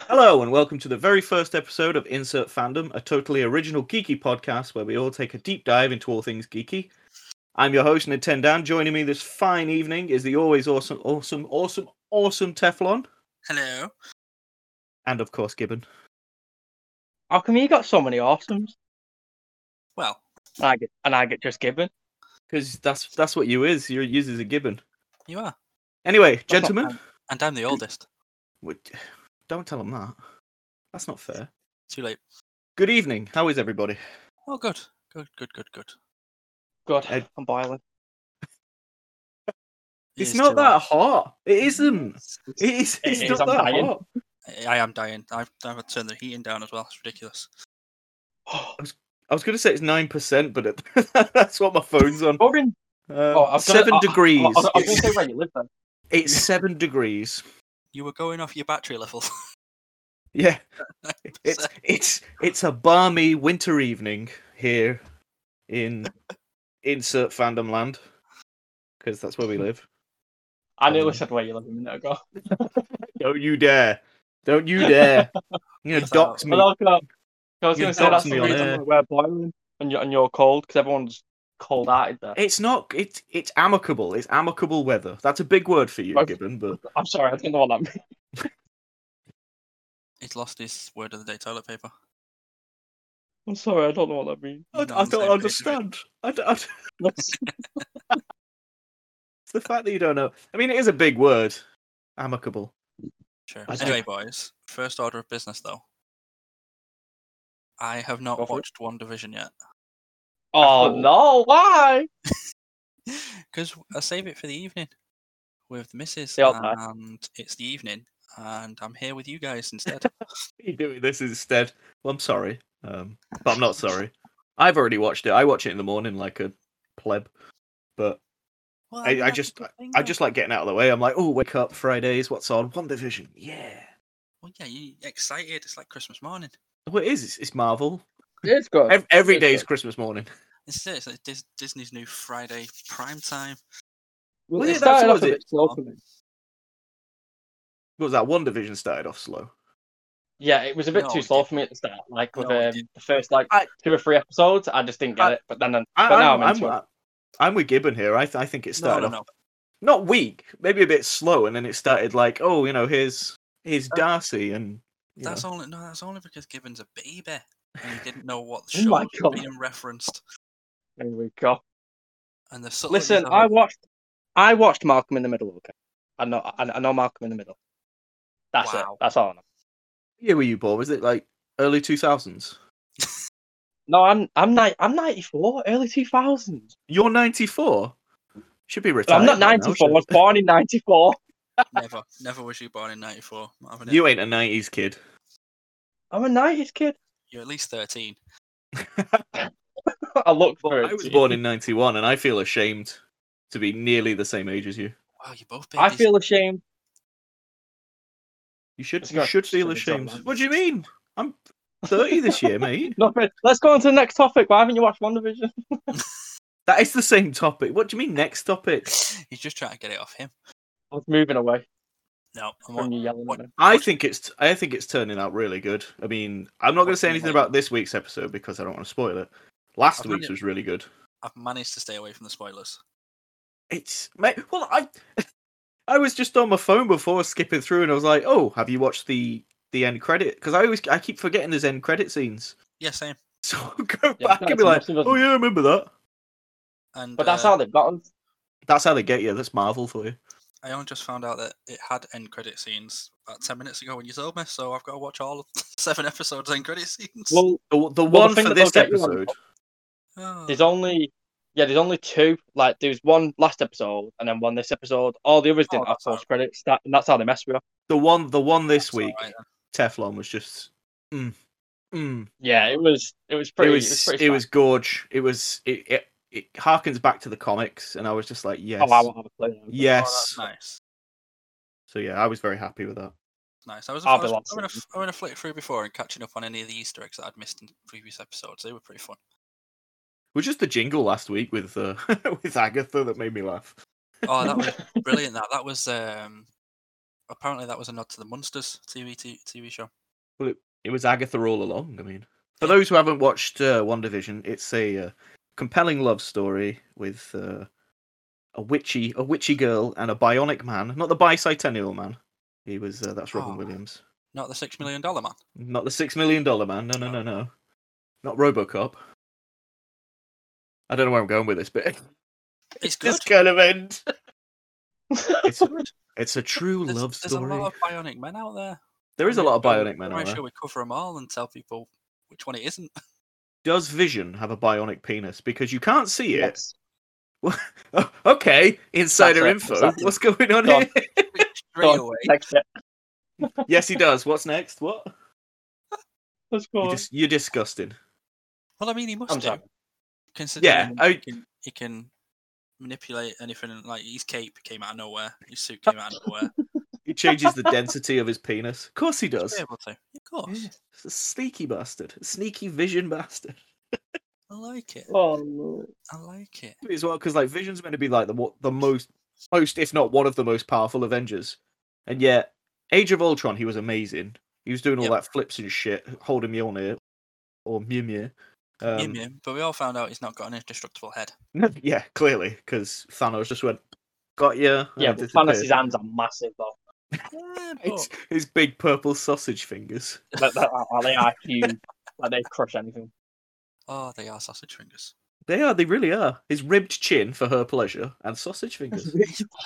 Hello, and welcome to the very first episode of Insert Fandom, a totally original geeky podcast where we all take a deep dive into all things geeky. I'm your host, Nintendan. Joining me this fine evening is the always awesome, awesome, awesome, awesome Teflon, Hello. and of course, Gibbon. How come you got so many awesomes? Well, And I get and I get just given. Because that's that's what you is. You're used as a Gibbon. you are. Anyway, not gentlemen, And I'm the oldest. what- don't tell them that. That's not fair. Too late. Good evening. How is everybody? Oh, good. Good, good, good, good. God, Ed- I'm boiling. It It's is not too that hot. It isn't. late. It is, it's is, not I'm that dying. hot. I am dying. I've, I've turned the heating down as well. It's ridiculous. I was going to say it's nine percent, but it, that's what my phone's on. You're in- Uh, oh, I've got it- seven I- I- degrees. I, I, I was it's, gonna say where you live then. it's seven degrees. You were going off your battery level. Yeah, it's it's it's a balmy winter evening here in insert fandom land because that's where we live. I nearly said where you live a minute ago. Don't you dare! Don't you dare! You know, That's dox me. But I was gonna, I was You gonna say that's doxed the me on reason air. that we're boiling and you're and you're cold because everyone's cold hearted there. It's not. It's it's amicable. It's amicable weather. That's a big word for you, Okay. Gibbon. But I'm sorry, I don't know what that means. He's lost his word of the day toilet paper. I'm sorry, I don't know what that means. I, Not I on the same don't page, understand. I, don't- I don't- it's the fact that you don't know. I mean, it is a big word. Amicable. Sure. I don't- Anyway, boys, first order of business though. I have Go not for it. watched One Division yet oh no, why? because I save it for the evening with the missus, They all die. and it's the evening, and I'm here with you guys instead. you doing this instead. Well, I'm sorry, um, but I'm not sorry. I've already watched it. I watch it in the morning like a pleb, but Well, I- mean, I that's a just- good thing, I Hmm. though. just like getting out of the way. I'm like, oh, wake up Fridays. What's on? One Division. Yeah. Well, yeah, you excited. It's like Christmas morning. Well, it is. It's, it's Marvel. It's good. Ev- every it's day is good. Christmas morning. It's it. It's like Dis- Disney's new Friday prime time. Well, yeah, it that's started what off a it bit slow for me. What was that? One Division started off slow. Yeah, it was a bit No, too it slow didn't. for me at the start. Like with No, it um, didn't. the first like I- two or three episodes, I just didn't get I- it. But then, then I, but now I'm, I'm, I'm, into it. I'm, with Gibbon here. I, th- I think it No, started no, off no. not weak, maybe a bit slow, and then it started like, oh, you know, here's here's Uh, Darcy, and you know. That's only no. That's only because Gibbon's a baby and he didn't know what Oh show my was God. being referenced. There we go. And the subtleties Listen, of I it. watched, I watched Malcolm in the Middle. Okay, I know, I, I know Malcolm in the Middle. That's Wow. it. That's all. I know. What year were you born? Was it like early two thousands? No, I'm, I'm, ni- I'm 94, early 2000s. You're ninety four. Should be But retired. I'm not by now, 94. I was shouldn't born in 94. never, never was you born in '94. you? You ain't a nineties kid. I'm a 90s kid. You're at least thirteen. I look for it. I was born in ninety one, and I feel ashamed to be nearly the same age as you. Wow, you both I babies. feel ashamed. You should It's you not- should feel it's not ashamed. mine. What do you mean? I'm thirty this year, mate. No, but let's go on to the next topic. Why haven't you watched WandaVision? That is the same topic. What do you mean next topic? He's just trying to get it off him. I was moving away No, I'm from on. you yelling what- at me. I think it's I think it's turning out really good. I mean, I'm not going to say Fucking anything hell. about this week's episode because I don't want to spoil it. Last I've week's done was really good. I've managed to stay away from the spoilers. It's mate, well, I I was just on my phone before skipping through, and I was like, oh, have you watched the the end credit? Because I always I keep forgetting there's end credit scenes, Yeah, same. so I'll go Yeah, back no, and it's be a like, massive, isn't oh it? yeah, I remember that. And But that's uh, how they've gotten. That's how they get you. That's Marvel for you. I only just found out that it had end credit scenes about ten minutes ago when you told me. So I've got to watch all of seven episodes end credit scenes. Well, The, the Well, the one thing for that they'll this get you on- episode. Oh. There's only yeah, there's only two. Like there was one last episode and then one this episode. All the others Oh, didn't have that's all post credits, that, and that's how they messed with. us. The one the one this That's week, alright then. Teflon was just. Mm, mm. Yeah, it was it was pretty. it It was it was, pretty gorge. It was it, it it harkens back to the comics, and I was just like, yes, sad. Oh, I won't have a play. now. Oh, yes. that's nice. so yeah, I was very happy with that. Nice. I was. I'll I be was, lost I'm gonna. soon. f- I'm gonna flick through before and catching up on any of the Easter eggs that I'd missed in previous episodes. They were pretty fun. Which is the jingle last week with uh, with Agatha that made me laugh. Oh, that was brilliant. That that was. Um, apparently, that was a nod to the Monsters TV t- TV show. Well, it, it was Agatha all along. I mean, for those who haven't watched uh, One Division, it's a uh, compelling love story with uh, a witchy, a witchy girl, and a bionic man. Not the bicentennial man. He was. Uh, that's Robin Oh. Williams. Not the Hmm. six million dollar man. Not the six million dollar man. No, no, no, no. Not RoboCop. I don't know where I'm going with this, but It's good. this kind of end. it's, Good. it's a true There's, love there's a story. lot of bionic men out there. There is a I'm lot of sure- bionic men. I'm out there. sure we cover them all and tell people which one it isn't. Does Vision have a bionic penis? Because you can't see it. Yes. Oh, okay, insider it, info. exactly. What's going on Go on. here? Straight on. away. Next step. yes, he does. What's next? What? Let's go. You're, on. dis- you're disgusting. Well, I mean, he must I'm do. sorry. Considering Yeah, Oh, I, he, can, he can manipulate anything. and, Like his cape came out of nowhere. His suit came out of nowhere. he changes the density of his penis. Of course he He's does. able to. Of course. Yeah, It's a sneaky bastard. A sneaky Vision bastard. I like it. Oh, no. I like it. As well, because like Vision's meant to be like the wa- the most, most if not one of the most powerful Avengers, and yet Age of Ultron he was amazing. He was doing all Yep. that flips and shit, holding Mjolnir or Mjolnir. Yum, Um, yum. But we all found out he's not got an indestructible head. yeah, clearly, because Thanos just went, got you. Yeah, but Thanos' hands are massive, though. Yeah, but His, Oh. his big purple sausage fingers. Like, they are- they are huge. Like, they crush anything. oh, they are sausage fingers. They are, they really are. His ribbed chin for her pleasure and sausage fingers.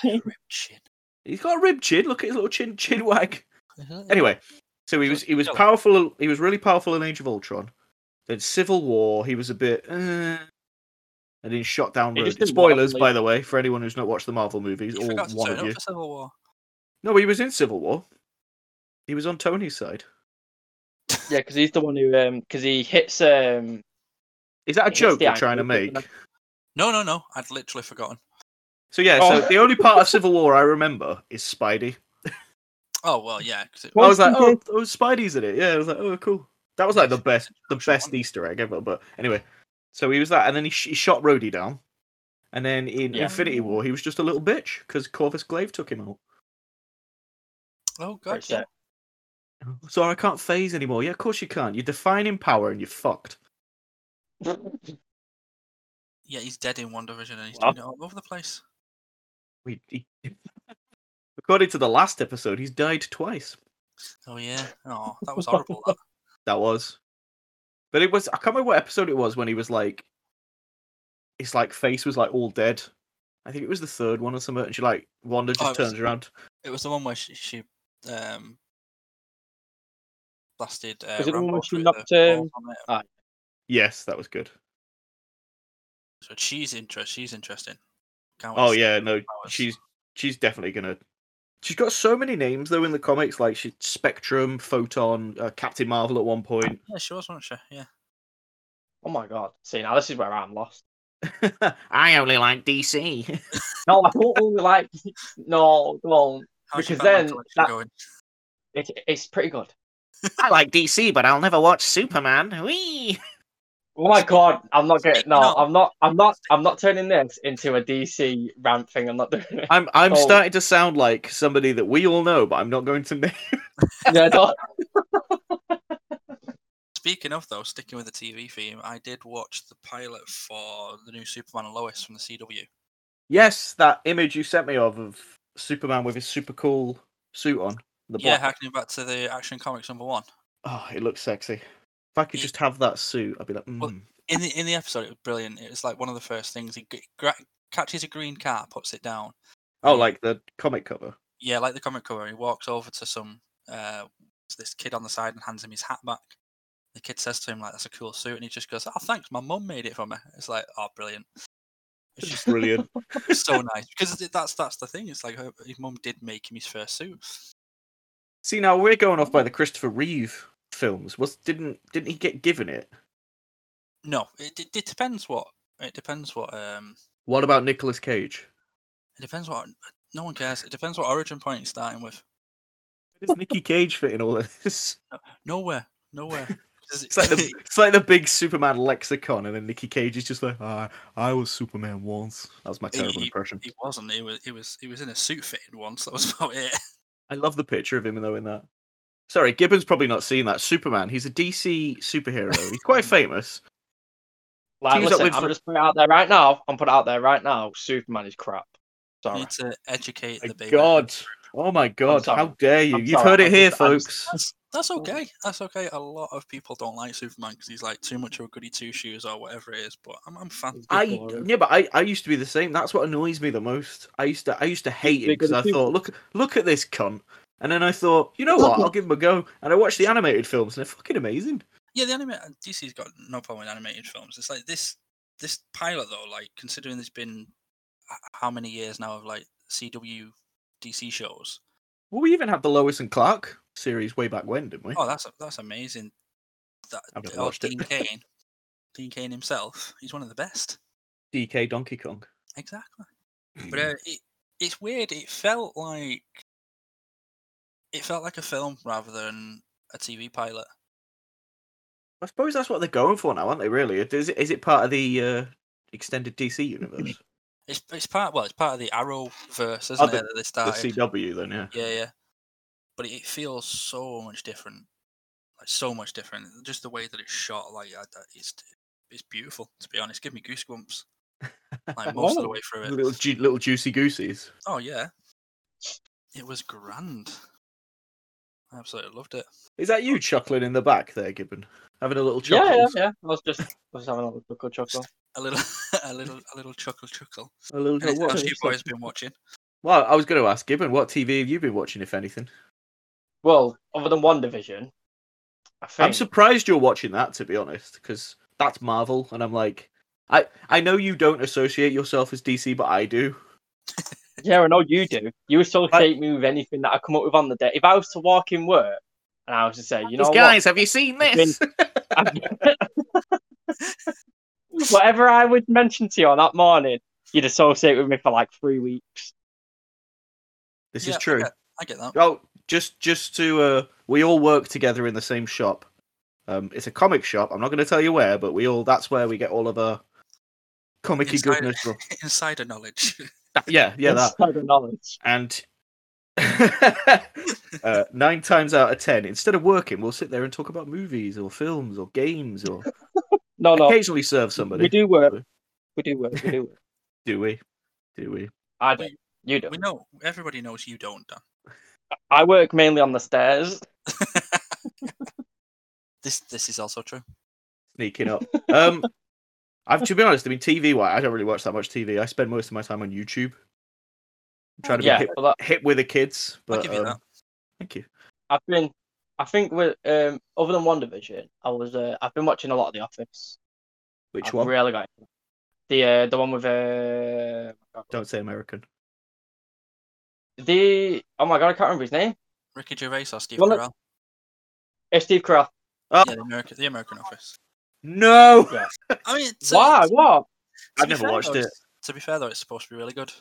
Ripped chin. He's got a ribbed chin. Look at his little chin chin wag. Anyway, so he was he was powerful. He was really powerful in Age of Ultron. Then Civil War, he was a bit. Uh, and then shot down. He Rogue. just didn't Spoilers, want to by the way, for anyone who's not watched the Marvel movies You or forgot to one turn of up you. for Civil War. No, he was in Civil War. He was on Tony's side. Yeah, because he's the one who, um, because he hits, um, Is that a It's joke the you're trying to angle, make? isn't it? No, no, no. I'd literally forgotten. So yeah, so Oh. the only part of Civil War I remember is Spidey. Oh well, yeah. 'cause it- I was like, Wasn't oh, it- oh, Spidey's in it. Yeah, I was like, oh, cool. That was like the best, the Crucial best one. Easter egg ever. But anyway, so he was that, and then he, sh- he shot Rhodey down, and then in Yeah. Infinity War he was just a little bitch because Corvus Glaive took him out. Oh god, Pretty yeah. sick. Sorry, I can't phase anymore. Yeah, of course you can't. You're defining power and you're fucked. yeah, he's dead in one division and he's Wow. doing it all over the place. We, he- According to the last episode, he's died twice. Oh yeah. Oh, that was horrible. that. That was. But it was I can't remember what episode it was when he was like his like face was like all dead. I think it was the third one or something, and she like Wanda Oh, just it was- turns around. It was the one where she, she um blasted. Uh, Was it the one Rambo where she through knocked, the wall um, from it. Yes, that was good. So she's interest. She's interesting. Can't wait Oh to see yeah, her no, powers. she's she's definitely gonna She's got so many names though in the comics, like she Spectrum, Photon, uh, Captain Marvel at one point. Yeah, she was, wasn't she? Yeah. oh my god. See, now this is where I'm lost. I only like DC. No, I don't really like. No, come on. How's your Because Batman then collection that- going? It, it's pretty good. I like DC, but I'll never watch Superman. Wee. Oh my god, I'm not getting. No, No. I'm not. I'm not. I'm not turning this into a DC rant thing. I'm not doing it. I'm I'm Oh. starting to sound like somebody that we all know, but I'm not going to name. Yeah, no. Speaking of though, sticking with the TV theme, I did watch the pilot for the new Superman and Lois from the CW. Yes, that image you sent me of of Superman with his super cool suit on. The Yeah, black. hacking back to the Action Comics number one. Oh, it looks sexy. If I could It- just have that suit, I'd be like, Mm. Well, "Mm." In the in the episode, it was brilliant. It was like one of the first things he g- gra- catches a green car, puts it down. oh, yeah. like the comic cover. Yeah, like the comic cover. He walks over to some uh, to this kid on the side and hands him his hat back. The kid says to him like, "That's a cool suit," and he just goes, "Oh, thanks, my mum made it for me." It's like, "Oh, brilliant." It's just Brilliant. it's so nice because it- that's that's the thing. It's like her, his mum did make him his first suit. See, now we're going off by the Christopher Reeve films. Was didn't didn't he get given it? No, it, it, it depends what it depends what um What about Nicolas Cage? it depends what no one cares. It depends what origin point you're starting with. Where does Nicky Cage fit in all of this? Nowhere, nowhere. 'Cause It's like the it- it's like the big Superman lexicon, and then Nicky Cage is just like, ah, I was Superman once. That was my He- terrible impression. he wasn't. He was. He was. He was in a suit fitting once. That was about it. I love the picture of him though in that. Sorry, Gibbon's probably not seen that. Superman. He's a DC superhero. He's quite famous. Like, Teams up listen, with I'm the- just putting it out there right now. I'm putting it out there right now. Superman is crap. You Sorry. need to educate My the baby. God. Oh my God. sorry. How dare you? I'm You've sorry, heard it I'm here, just- I'm just- folks. That's, that's okay. That's okay. A lot of people don't like Superman because he's like too much of a goody two shoes or whatever it is. But I'm, I'm a fan. He's I good for it. yeah, but I, I used to be the same. That's what annoys me the most. I used to I used to hate him bigger because than I you. thought, look look at this cunt. And then I thought, you know what? I'll give him a go. And I watched the animated films, and they're fucking amazing. Yeah, the anime DC's got no problem with animated films. It's like this this pilot though. Like considering there's been h- how many years now of like CW DC shows. Well, we even had the Lois and Clark series way back when, didn't we? Oh, that's that's amazing. That I've not oh, watched it. Dean Kane, Dean Kane himself, he's one of the best. DK Donkey Kong. Exactly. But Hmm. uh, it, it's weird. It felt like it felt like a film rather than a TV pilot. I suppose that's what they're going for now, aren't they? Really? Is it, is it part of the uh, extended DC universe, It's it's part well, it's part of the Arrow verse, isn't Oh, it? the- That they the started. CW? Then yeah. Yeah, yeah. But it feels so much different, like so much different. Just the way that it's shot, like I, I- it's it's beautiful. To be honest, give me goosebumps. Like most of the Oh, way through The it. Little ju- little juicy gooseys. Oh yeah, it was grand. I absolutely loved it. Is that you chuckling in the back there, Gibbon? Having a little chuckle. Yeah, yeah, yeah. I was just, I was having a little good chuckle. A little, a little, a little chuckle, chuckle. A little. Anything what- else you boys been watching? Well, I was going to ask Gibbon, what TV have you been watching, if anything? Well, other than one division, I think. I'm surprised you're watching that, to be honest, because that's Marvel, and I'm like, I I know you don't associate yourself as DC, but I do. Yeah, I know you do. You associate me with anything that I come up with on the day. If I was to walk in work and I was to say, you know what, have you seen I've whatever I would mention to you on that morning, you'd associate with me for like three weeks. This Yeah, is true. I get, I get that. Oh, just just to uh, we all work together in the same shop. Um, it's a comic shop. I'm not going to tell you where, but we all that's where we get all of our comic Insider. goodness from. Insider knowledge. Yeah, yeah, that. Insider knowledge. And uh, nine times out of ten, instead of working, we'll sit there and talk about movies or films or games or Oh, No, no, occasionally serve somebody. we do work. We do work. We do work. Do we? Do we? I do. You do. we know everybody knows you don't, Dan. I work mainly on the stairs. This this is also true. Sneaking up. Um, I've to be honest. I mean, TV. Why I don't really watch that much TV. I spend most of my time on YouTube. I'm trying to be Yeah, hip, well, that, hip with the kids. But, I'll give you um, that. Thank you. I've been. I think with um, other than one division, I was. Uh, I've been watching a lot of The Office. Which I've one? Really got into it. the uh, the one with uh, Don't say American. the oh my god, I can't remember his name. Ricky Gervais or Steve Well, look- Carell? It's Steve Carell. Oh, Yeah, the American, the American Office. No, Yeah. I mean, to, Why? to- What? to I've be never fair, watched though, it. it's- To be fair though, it's supposed to be really good.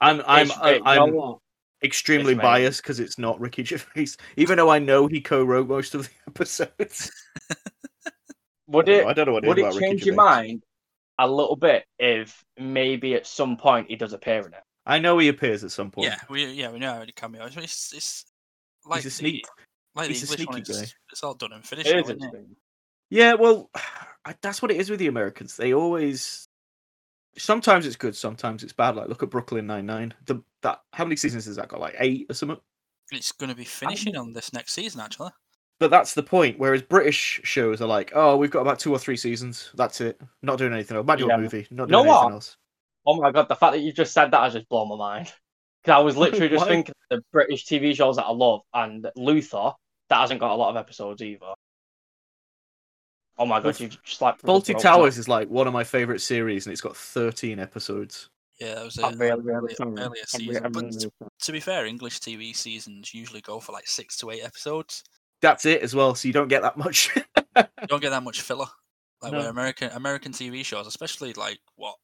I'm I'm uh, It's I'm, great. I'm No, no. extremely It's amazing. biased because it's not Ricky Gervais, even though I know he co-wrote most of the episodes. Would I don't know- it I don't know what would is about it Ricky change your Gervais. mind a little bit if maybe at some point he does appear in it? I know he appears at some point. Yeah, we yeah we know how many cameos. but It's it's like he's a the- sneak. Like the he's a English one, sneaky it's, it's all done and finished. It now, is isn't it? interesting. Yeah, well, I, that's what it is with the Americans. They always, sometimes it's good, sometimes it's bad. Like look at Brooklyn Nine Nine. The that how many seasons has that got? Like eight or something. It's going to be finishing on this next season actually. But that's the point. Whereas British shows are like, oh, we've got about two or three seasons. That's it. Not doing anything else. Might do Yeah. a movie. Not doing Know anything what? else. Oh my god, the fact that you just said that has just blown my mind. Because I was literally just Why? thinking of the British TV shows that I love and Luther that hasn't got a lot of episodes either. Oh my god, Well, you just like Faulty broke Towers is like one of my favorite series, and it's got thirteen episodes. Yeah, that was me. a, I'm really, really earlier- sorry. earlier I'm re- season, I'm but really to- sorry. to be fair, English TV seasons usually go for like six to eight episodes. That's it as well. So you don't get that much. You don't get that much filler. Like No. where American American TV shows, especially like what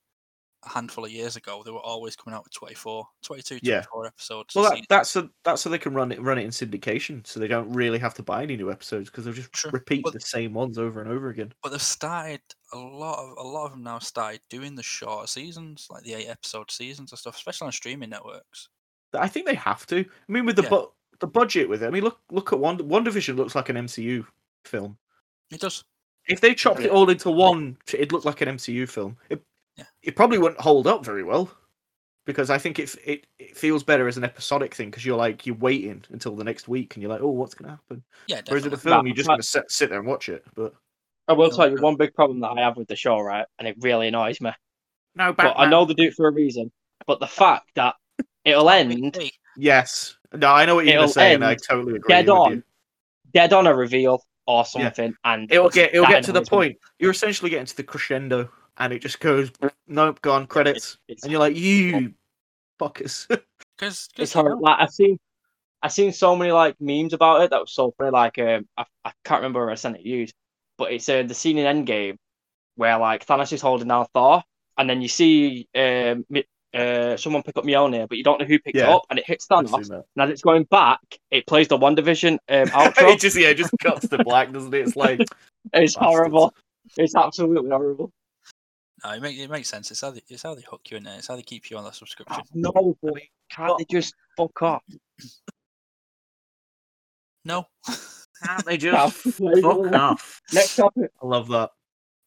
a handful of years ago, they were always coming out with 24, 22, Yeah. 24 episodes. a well, that, season. that's so that's so they can run it run it in syndication, so they don't really have to buy any new episodes because they'll just True. repeat Well- the same ones over and over again. but they've started a lot of a lot of them now started doing the shorter seasons, like the eight episode seasons and stuff, especially on streaming networks. I think they have to. I mean, with the Yeah. but the budget with it. I mean, look look at one One Division looks like an MCU film. It does. If they chopped it all into one, it'd look like an MCU film. It, Yeah. it probably wouldn't hold up very well because I think it it, it feels better as an episodic thing because you're like you're waiting until the next week and you're like, oh, what's gonna happen? Yeah, Whereas definitely. in a film, That- you're just gonna sit, sit there and watch it. But I will No, tell you no. one big problem that I have with the show, right? And it really annoys me. no, But I know they do it for a reason. But the fact that it'll end Hey, Yes. No, I know what you're gonna It'll say, and I end totally agree. dead with on, You. dead on a reveal or something, and It'll get it'll that get to the annoys me. point. You're essentially getting to the crescendo, and it just goes nope, gone credits, It's, and you're like you fuckers. Cause, it's 'cause you horrible. know, Like I've seen, I've seen so many like memes about it that was so funny. Like um, I, I can't remember where I sent it used, but it's uh, the scene in Endgame where like Thanos is holding down Thor, and then you see um, Mi- uh, someone pick up Mjolnir, but you don't know who picked it Yeah. up, and it hits Thanos. I've seen that. And as it's going back, it plays the One Division um, outro. it just yeah, it just cuts to black, doesn't it? It's like it's bastards. horrible. It's absolutely horrible. no, it, make, it makes sense. It's how, they, it's how they hook you in there. It's how they keep you on that Oh, subscription. No, I mean, can't they just fuck off? No, can't they just fuck off? Next topic. I love that.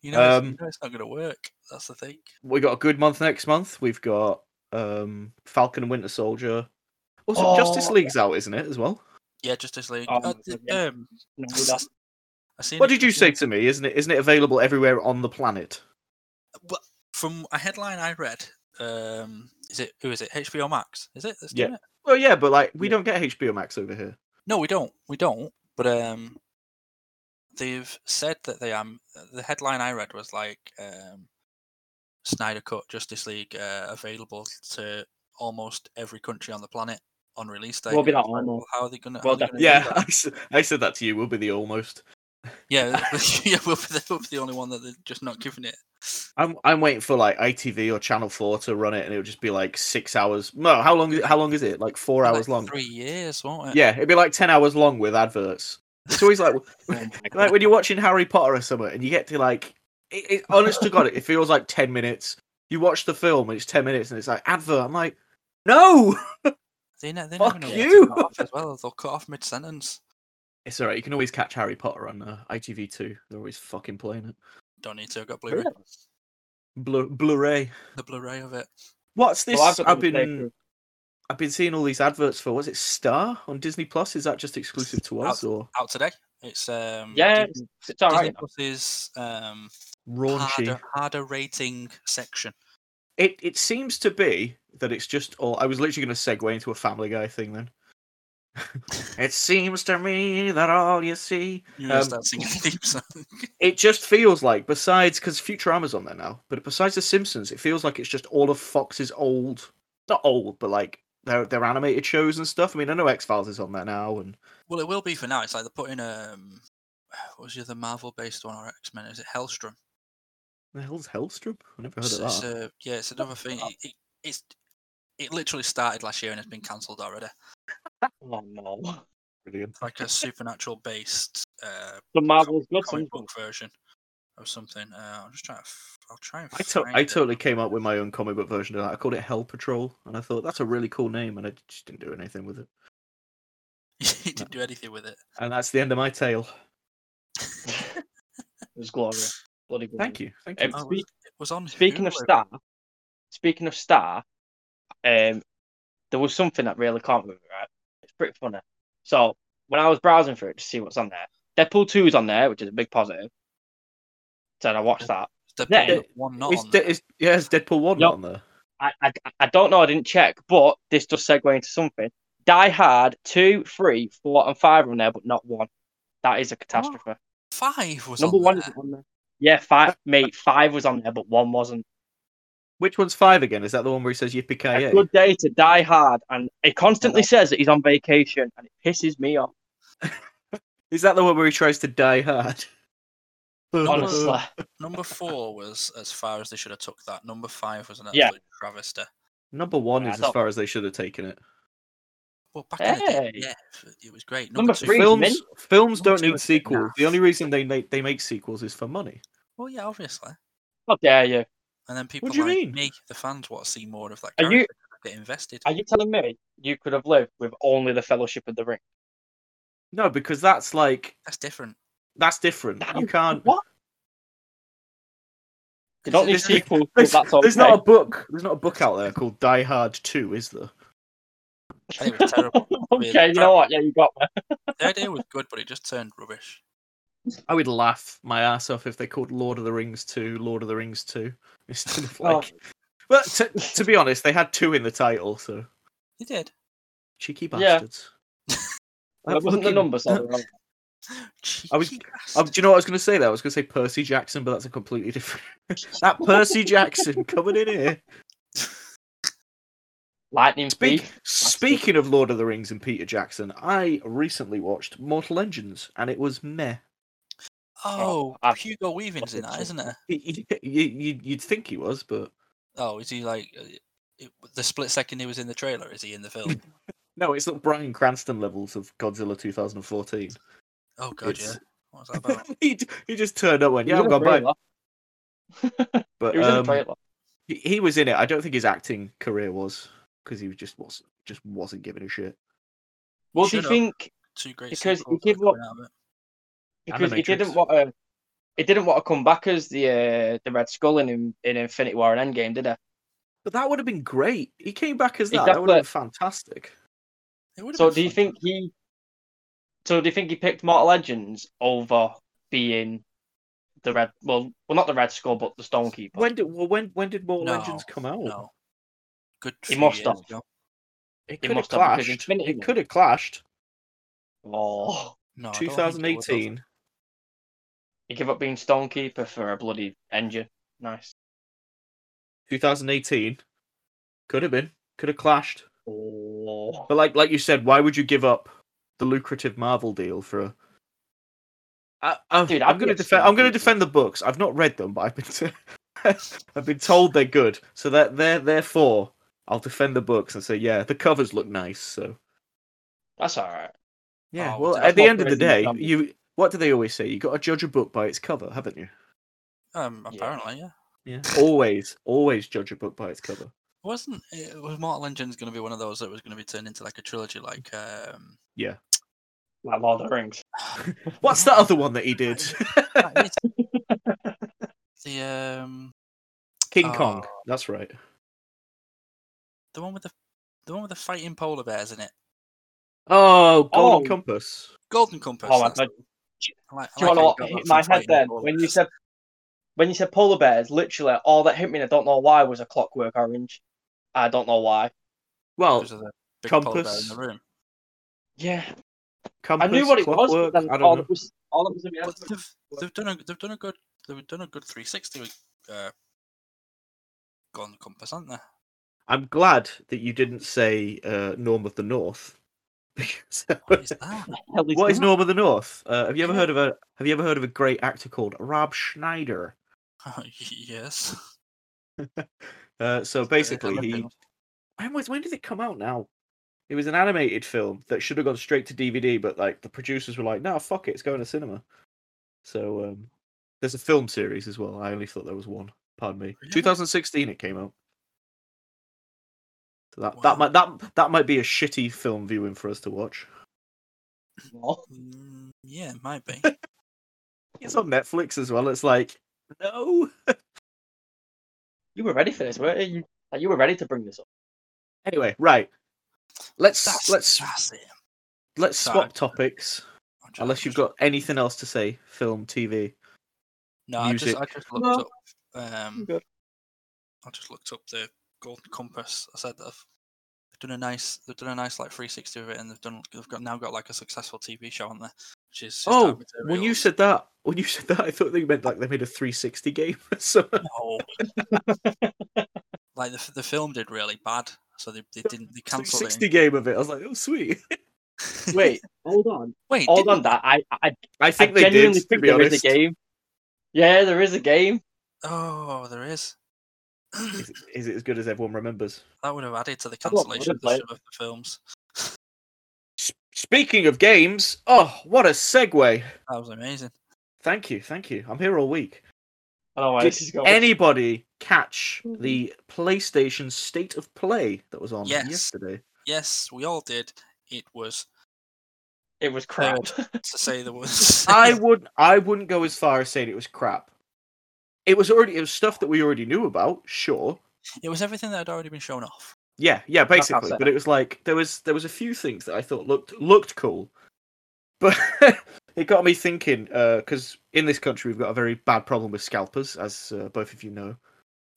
you know, it's, Um, you know it's not going to work. That's the thing. We got a good month next month. We've got um Falcon and Winter Soldier. Also, Oh, Justice League's out, isn't it? As well. Yeah, Justice League. Oh Uh, my d- God, yeah. um, No, that's I seen What it- did you I seen say it- to me? Isn't it? Isn't it available everywhere on the planet? Well, From a headline I read, um, is it who is it? HBO Max? Is it? That's doing it? Well, yeah, but like we don't get HBO Max over here. No, we don't. We don't. But um, they've said that they am. The headline I read was like um, Snyder Cut Justice League uh, available to almost every country on the planet on release day. Will be oh, and it's that like, almost. well, How are they gonna? Well, how are they gonna do Yeah, that? I, s- I said that to you. We'll be the almost. yeah, yeah. We'll be, the, we'll be the only one that they're just not giving it. I'm I'm waiting for like ITV or Channel Four to run it, and it'll just be like six hours. No, how long? is it- How long is it? Like four Like hours long. Three years, won't it? Yeah, it'd be like ten hours long with adverts. It's always like oh my like God. when you're watching Harry Potter or something, and you get to like, it, it, honest to God, it feels like ten minutes. You watch the film and it's ten minutes, and it's like advert. I'm like, no, They, ne- they Fuck never know what to you! cut off as well. They'll cut off mid sentence. it's alright. You can always catch Harry Potter on uh, ITV two. They're always fucking playing it. Don't need to. I've got Blu-ray. Really? Blu- Blu-ray. The Blu-ray of it. What's this? Well, I've got I've the mistake been of- I've been seeing all these adverts for. Was it Star on Disney Plus? Is that just exclusive to us or Out today. It's um. Yeah, Disney- it's, it's all Disney right. Plus's um, raunchy? harder, harder rating section. It it seems to be that it's just all. I was literally going to segue into a Family Guy thing then. it seems to me that all you see. You um, Um, start singing the theme song. It just feels like, besides, because Futurama's on there now, but besides The Simpsons, it feels like it's just all of Fox's old, not old, but like their their animated shows and stuff. I mean, I know X Files is on there now, and well, it will be for now. It's like they're putting um, what was the other Marvel-based one or X-Men? Is it Hellstrom? the hell's Hellstrom? I never heard It's, of it's, that. uh, yeah, it's another thing. It, it, it's it literally started last year and it's been cancelled already. Oh no. Brilliant. Like a supernatural-based uh, The Marvel's got comic something. book version of something. Uh, I'm just trying to. F- I'll try and. I, to- find I it. totally came up with my own comic book version of that. I called it Hell Patrol, and I thought that's a really cool name, and I just didn't do anything with it. you didn't do anything with it. And that's the end of my tale. it was glorious. Bloody good. Thank you. Thank you. Um, Oh, was- speak- It was on. Speaking of Hulu. Star, speaking of Star, um, there was something that really can't remember, right? It's pretty funny. So when I was browsing through it to see what's on there, Deadpool 2 is on there, which is a big positive. So I watched that. Deadpool Yeah, the one not Is, on. De- there. is- yeah, is Deadpool 1 Yep. on there? I, I, I don't know, I didn't check, but this does segue into something. Die Hard 2, 3, 4, and 5 are on there, but not 1. That is a catastrophe. Five was Number on one there. isn't on there. Yeah, five, mate, five was on there, but one wasn't. Which one's 5 again? Is that the one where he says A yippee good day to die hard, and he constantly says that he's on vacation, and it pisses me off. Is that the one where he tries to die hard? Honestly, Number four was as far as they should have took that. Number five was an absolute Yeah. travesty. Number 1 Yeah, I is as thought- far as they should have taken it. Well, back in the day, Hey. yeah, f- it was great. Number two- three- Films mint. films don't Number two need is good sequels. enough. The only reason they make, they make sequels is for money. Well, yeah, obviously. how dare you? And then people do you like mean? me, the fans, want to see more of that Are you- character. Get invested. Are you telling me you could have lived with only the Fellowship of the Ring? No, because that's like That's different. that's different. You No, can't. What? They don't need There's- there's- sequels. but There's, That's all. there's not a book. There's not a book out there called Die Hard Two, is there? I think it was terrible. okay, you know what? Yeah, you got me. The idea was good, but it just turned rubbish. I would laugh my ass off if they called Lord of the Rings Two Lord of the Rings Two instead of Oh. like. But to, to be honest, they had two in the title, so You did. cheeky Yeah. bastards. That wasn't the fucking- number, sorry. right. I was- Cheeky Oh, bastard. do you know what I was going to say? There, I was going to say Percy Jackson, but that's a completely different. that Percy Jackson coming in here. Lightning Speak, speed. speaking of Lord of the Rings and Peter Jackson, I recently watched Mortal Engines, and it was meh. Oh, I've- Hugo Weaving's in that, I've- isn't it? You, you, you'd think he was, but Oh, is he like uh, it- the split second he was in the trailer? Is he in the film? no, it's not Brian Cranston levels of Godzilla 2014. Oh god, yeah. It's- What was that about? he, d- he just turned up and went, He yeah, I'm was in going the back. trailer. But He was in the um, trailer. he, he was in it. I don't think his acting career was because he was just was just wasn't giving a shit. Well, do you should've- think Two great because he sequels that gave are coming up- out of it. because he Animatrix. didn't want to, he didn't want to come back as the uh, the Red Skull in in Infinity War and Endgame, did he? But that would have been great. He came back as that. That Exactly. would have been fantastic. It would've So been do you fun. think he? So do you think he picked Mortal Legends over being the Red? Well, well, not the Red Skull, but the Stonekeeper. When did well, when when did Mortal Engines No, come out? No. Good. He few must years have. ago. It It could have must have, because clashed. Infinity It War- could have clashed. oh, No, I don't think it would have. 2018. he gave up being Stonekeeper for a bloody engine. Nice. 2018. Could have been. Could have clashed. Oh, But like like you said, why would you give up the lucrative Marvel deal for a I, I, Dude, I'm I'd be gonna upset defend. if I'm gonna you- defend the books. I've not read them, but I've been t- I've been told they're good. So that they're therefore I'll defend the books and say yeah, the covers look nice. So that's all right. yeah. Oh, well, that's at the more end of the praise than day, example. you what do they always say? You got to judge a book by its cover, haven't you? Um, Yeah. apparently, yeah. Yeah. always, always judge a book by its cover. Wasn't it, was Mortal Engines going to be one of those that was going to be turned into like a trilogy, like um, Like Lord of the Rings. What's that other one that he did? that is- the um, King Uh, Kong. Oh. That's right. the one with the the one with the fighting polar bears in it, Oh, Golden Oh. Compass. Golden Compass. Oh, I that's had- it. I like- I Do you like how know you what got hit that my from head fighting then polar when you bears. said when you said polar bears? Literally, all that hit me, and I don't know why, was a Clockwork Orange. I don't know why. Well, Because of the big polar bear in Compass. the room. Yeah, Compass, I knew what it was. clockwork, But then I don't all know. that was all that was in my head. But they've, they've done a they've done a good they've done a good 360 with uh, Golden Compass, haven't they? I'm glad that you didn't say uh, Norm of the North. because- What is that? Hell, he's what is not- Norm of the North? Uh, have you ever heard of a Have you ever heard of a great actor called Rob Schneider? yes. Uh, so It's a- basically, it's a he film. when was when did it come out now? It was an animated film that should have gone straight to DVD, but like the producers were like, "No, fuck it, it's going to cinema." So um, there's a film series as well. I only thought there was one. Pardon me. Really? 2016, it came out. So that Wow. that might that that might be a shitty film viewing for us to watch. No. Mm, yeah, it might be. It's on Netflix as well. It's like no. You were ready for this, weren't you? Like, you were ready to bring this up. Anyway, right. Let's That's, let's that's it. let's sorry. swap topics I'm trying- unless I'm you've got just- anything else to say. Film, TV. no. I music. just I just looked No. up. Um, Good. I just looked up the Golden Compass. I said that I've, they've done a nice they've done a nice like 360 of it, and they've done they've got now got like a successful TV show on there, which is Sister Oh, Act When you Materials. said that, when you said that, I thought they meant like they made a 360 game. so No. like the f- the film did really bad, so they, they didn't they cancelled it. 360 game of it. I was like, oh sweet. and- Wait, hold on. wait, Hold didn't- on, that I I, I I think they did. genuinely To think be there is honest, a game. Yeah, there is a game. Oh, there is. Is, it- is it as good as everyone remembers? that would have added to the I don't know, I cancellation of didn't the, play it. of the films. S- Speaking of games, oh, what a segue! That was amazing. Thank you, thank you. I'm here all week. I don't know why Did this is going. Anybody catch Mhm. the PlayStation State of Play that was on Yes. yesterday? Yes, we all did. It was It Oh. was crap. to say the words. I would I wouldn't go as far as saying it was crap. It was already it was stuff that we already knew about, sure. it was everything that had already been shown off. Yeah, yeah, That's how basically. fair. But it was like there was there was a few things that I thought looked looked cool, but it got me thinking because in this country we've got a very bad problem with scalpers, as uh, both of you know.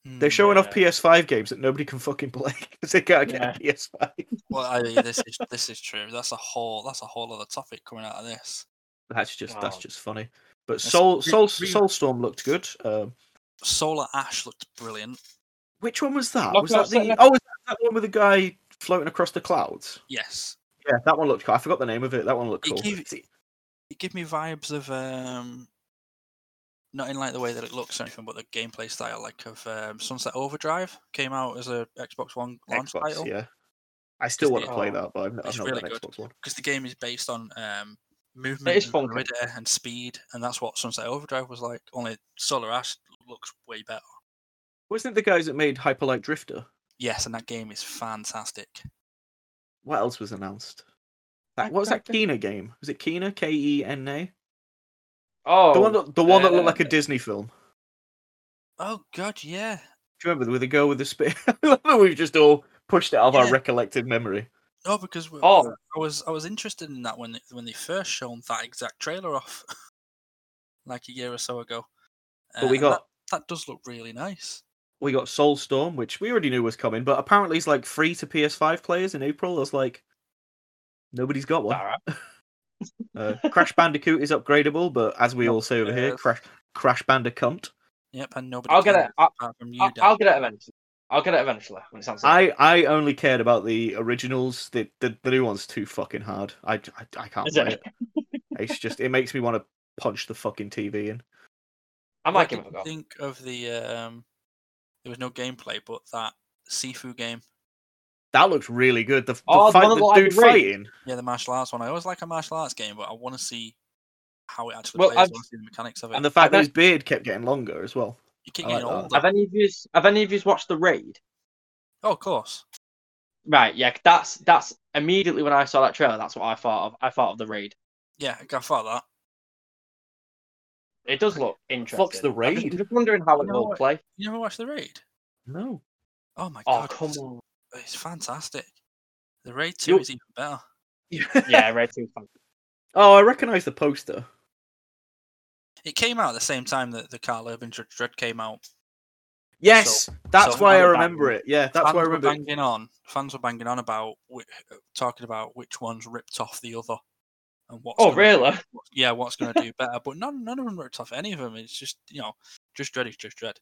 They're Hmm. showing off Yeah. PS5 games that nobody can fucking play because they can't get Yeah. a PS5. Well, I mean, this is this is true. That's a whole that's a whole other topic coming out of this. That's just that's Wow. just funny. But That's Soul re- Soul re- Soulstorm looked good. Um, Solar Ash looked brilliant. which one was that? Look, Was that's that the it. oh was that, that one with the guy floating across the clouds? Yes, Yeah, that one looked cool. I forgot the name of it. That one looked It cool. gave- it gave me vibes of um, not in like the way that it looks or anything, but the gameplay style, like of um, Sunset Overdrive, came out as a Xbox One launch Xbox, title yeah. I still It's want to the- play oh, that, but I've, n- I've it's not really got an good. Xbox One. because the game is based on um, movement, is and funky. radar and speed, and that's what Sunset Overdrive was like. Only Solar Ash looks way better. Wasn't it the guys that made Hyperlight Drifter? Yes, and that game is fantastic. What else was announced? That, what was that Kena game? Was it Kena? K E N A? Oh, The one that the one that looked uh, like a Disney film. Oh God, yeah. Do you remember with the girl with the spear? We've just all pushed it out of our Yeah. recollected memory. No, because we, Oh. I was I was interested in that when they- when they first shown that exact trailer off, like a year or so ago. Um, But we and Uh, that- got that, does look really nice. we got Soulstorm, which we already knew was coming, but apparently it's like free to PS5 players in April. I was like, nobody's got one. alright. Uh, Crash Bandicoot is upgradable, but as we all say over here, Yes. Crash Crash Bandicoot. Yep, and nobody. I'll get cares it. I, Apart from you, I, Dan. I'll get it eventually. I'll get it eventually when it sounds. Like I I only cared about the originals. The the, the new one's too fucking hard. I I, I can't Is play it? it. It's just it makes me want to punch the fucking TV in. I What might give did it a you go. Think of the um, there was no gameplay, but that Sifu game. That looks really good. The, the Oh, the fight one that the looked like dude a ring. fighting. Yeah, the martial arts one. I always like a martial arts game, but I want to see how it actually Well, plays. I I've- want to see the mechanics of it. And the fact that bet- his beard kept getting longer as well. you keep I like getting that. older. Have any of you? Have any of you watched the raid? Oh, of course. Right. Yeah. That's that's immediately when I saw that trailer. That's what I thought of. I thought of the raid. Yeah, I thought that. It does look interesting. Fuck's the I'm just, raid? I'm just wondering how it No will way. play. You never watched the raid? No. Oh my Oh god! come it's- on. It's fantastic. The Raid 2 You- is even better. Yeah, raid two. oh, I recognise the poster. It came out at the same time that the Carl Urban Judge Dredd came out. Yes, that's so why I how- remember it. Yeah, that's fans why I were remember. it. banging on. Fans were banging on about whi- uh, talking about which one's ripped off the other, and what's Oh gonna- really? what- yeah, what's going to do better. But none none of them ripped off any of them. It's just you know, just Dredd is just Dredd.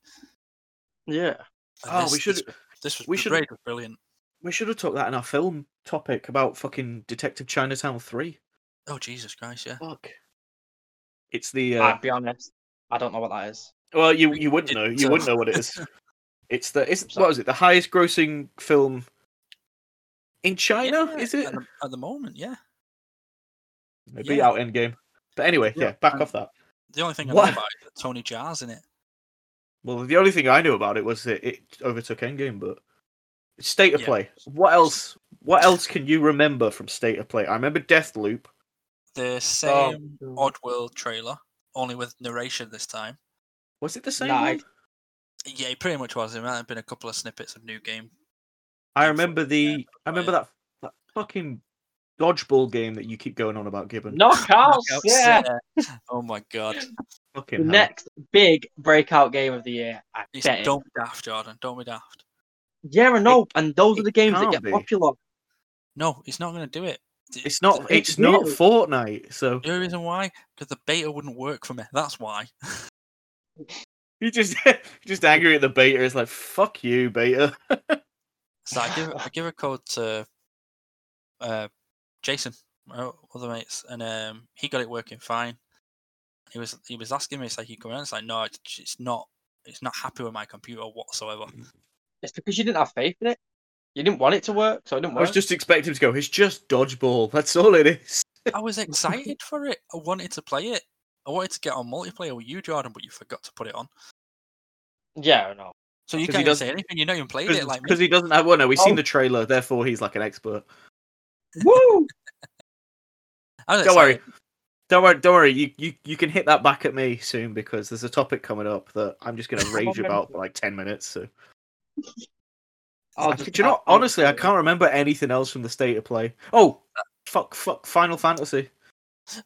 Yeah. And Oh, we this- should This, was- this was we the should- Raid was brilliant. we should have talked that in our film topic about fucking Detective Chinatown Three. Oh Jesus Christ! Yeah, Fuck. It's the uh, I'll be honest. I don't know what that is. Well, you We you wouldn't know. didn't, You so- wouldn't know what it is. It's the it's sorry. what was it? The highest grossing film in China? Yeah, is it? at the, at the moment? Yeah. They beat yeah. out Endgame. But anyway, Yeah, yeah, back and- off that. The only thing I What? know about it is that Tony Jaa's in it. Well, the only thing I knew about it was that it overtook Endgame, but State of Yeah. Play. What else? What else can you remember from State of Play? I remember Deathloop. Oh, The same God. Oddworld trailer, only with narration this time. Was it the same? Nah, I- one? Yeah, he pretty much was. There might have been a couple of snippets of new game. I Yeah, remember the. I remember yeah. that, that fucking dodgeball game that you keep going on about, Gibbon. Knockouts. Knockouts, Oh, Yeah. yeah. Oh my god. fucking The hell. next big breakout game of the year. I It's bet. it. don't be daft, Jordan. Don't be daft. Yeah, I know. And those it are the games that can't get be. popular. No, he's not going to do it. The- It's the not. beta- It's not really- Fortnite. So The only reason why? Because the beta wouldn't work for me. That's why. you just just angry at the beta. It's like fuck you, beta. So I give I give a code to uh, Jason, my o- other mates, and um, he got it working fine. He was he was asking me, it's like you come in. It's like no, it's, it's not. It's not happy with my computer whatsoever. It's because you didn't have faith in it. You didn't want it to work, so it didn't I work. was just expecting him to go. It's just dodgeball. That's all it is. I was excited for it. I wanted to play it. I wanted to get on multiplayer with you, Jordan, but you forgot to put it on. Yeah, I know. So you 'Cause he can't even does- say anything. You know, you haven't played it like me. Because he doesn't have. Well, no, we've Oh. seen the trailer. Therefore, he's like an expert. Woo! I was Don't worry. excited. Don't worry, don't worry. You, you you can hit that back at me soon because there's a topic coming up that I'm just going to rage about for like ten minutes. So, I'll I- just- do you know? I'll- Honestly, I can't remember anything else from the state of play. Oh, fuck, fuck, Final Fantasy.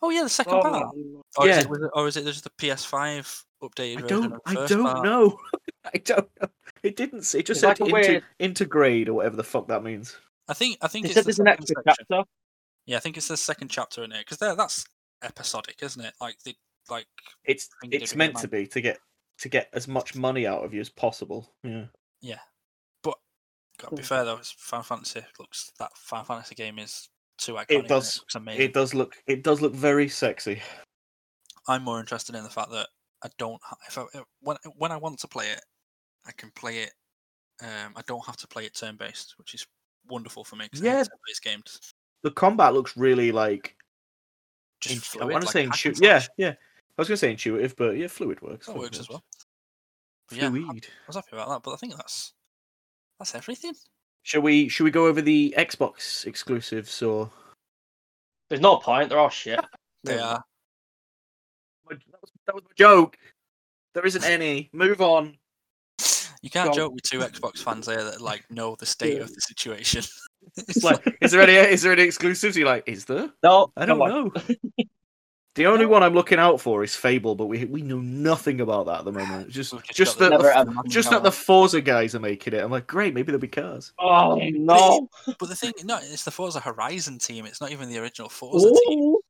Oh yeah, the second Oh, part. man. Or Yeah. Is it, was it- or is it just the PS5 updated I version? don't, of the I first don't part? know. I don't know. It didn't. say- It just It's like said a inter, weird- intergrade or whatever the fuck that means. I think I think They it's said the there's an second extra section. chapter. Yeah, I think it's the second chapter in it because that's episodic, isn't it? Like the like It's think they it's did it meant like- to be to get to get as much money out of you as possible. Yeah. Gotta be Mm. fair though, it's Final Fantasy looks that Final Fantasy game is too iconic. and does. It looks amazing. It does look it does look very sexy. I'm more interested in the fact that I don't. ha- If I, if- when when I want to play it, I can play it. Um, I don't have to play it turn based, which is wonderful for me. 'cause I hate Yeah. turn-based games. The combat looks really like Just in- fluid, I want to like say hack and intuitive. Yeah, slash. yeah. I was gonna say intuitive, but yeah, fluid works. that fluid works as well. But yeah, I Fluid. I was happy about that. But I think that's that's everything. Shall we shall we go over the Xbox exclusives or There's no point. They're all shit. They Yeah. are. that was, that was my joke. There isn't any. Move on. You can't Go on. joke with two Xbox fans here that like know the state of the situation. It's like is there any is there any exclusives? You're like, is there? No, I don't no, know. the only one I'm looking out for is Fable, but we we know nothing about that at the moment. It's Just We've just, got that never the, had the- much just that the Forza guys are making it. I'm like, great, maybe there'll be cars. Oh no! But the thing, no, it's the Forza Horizon team. It's not even the original Forza team. Ooh.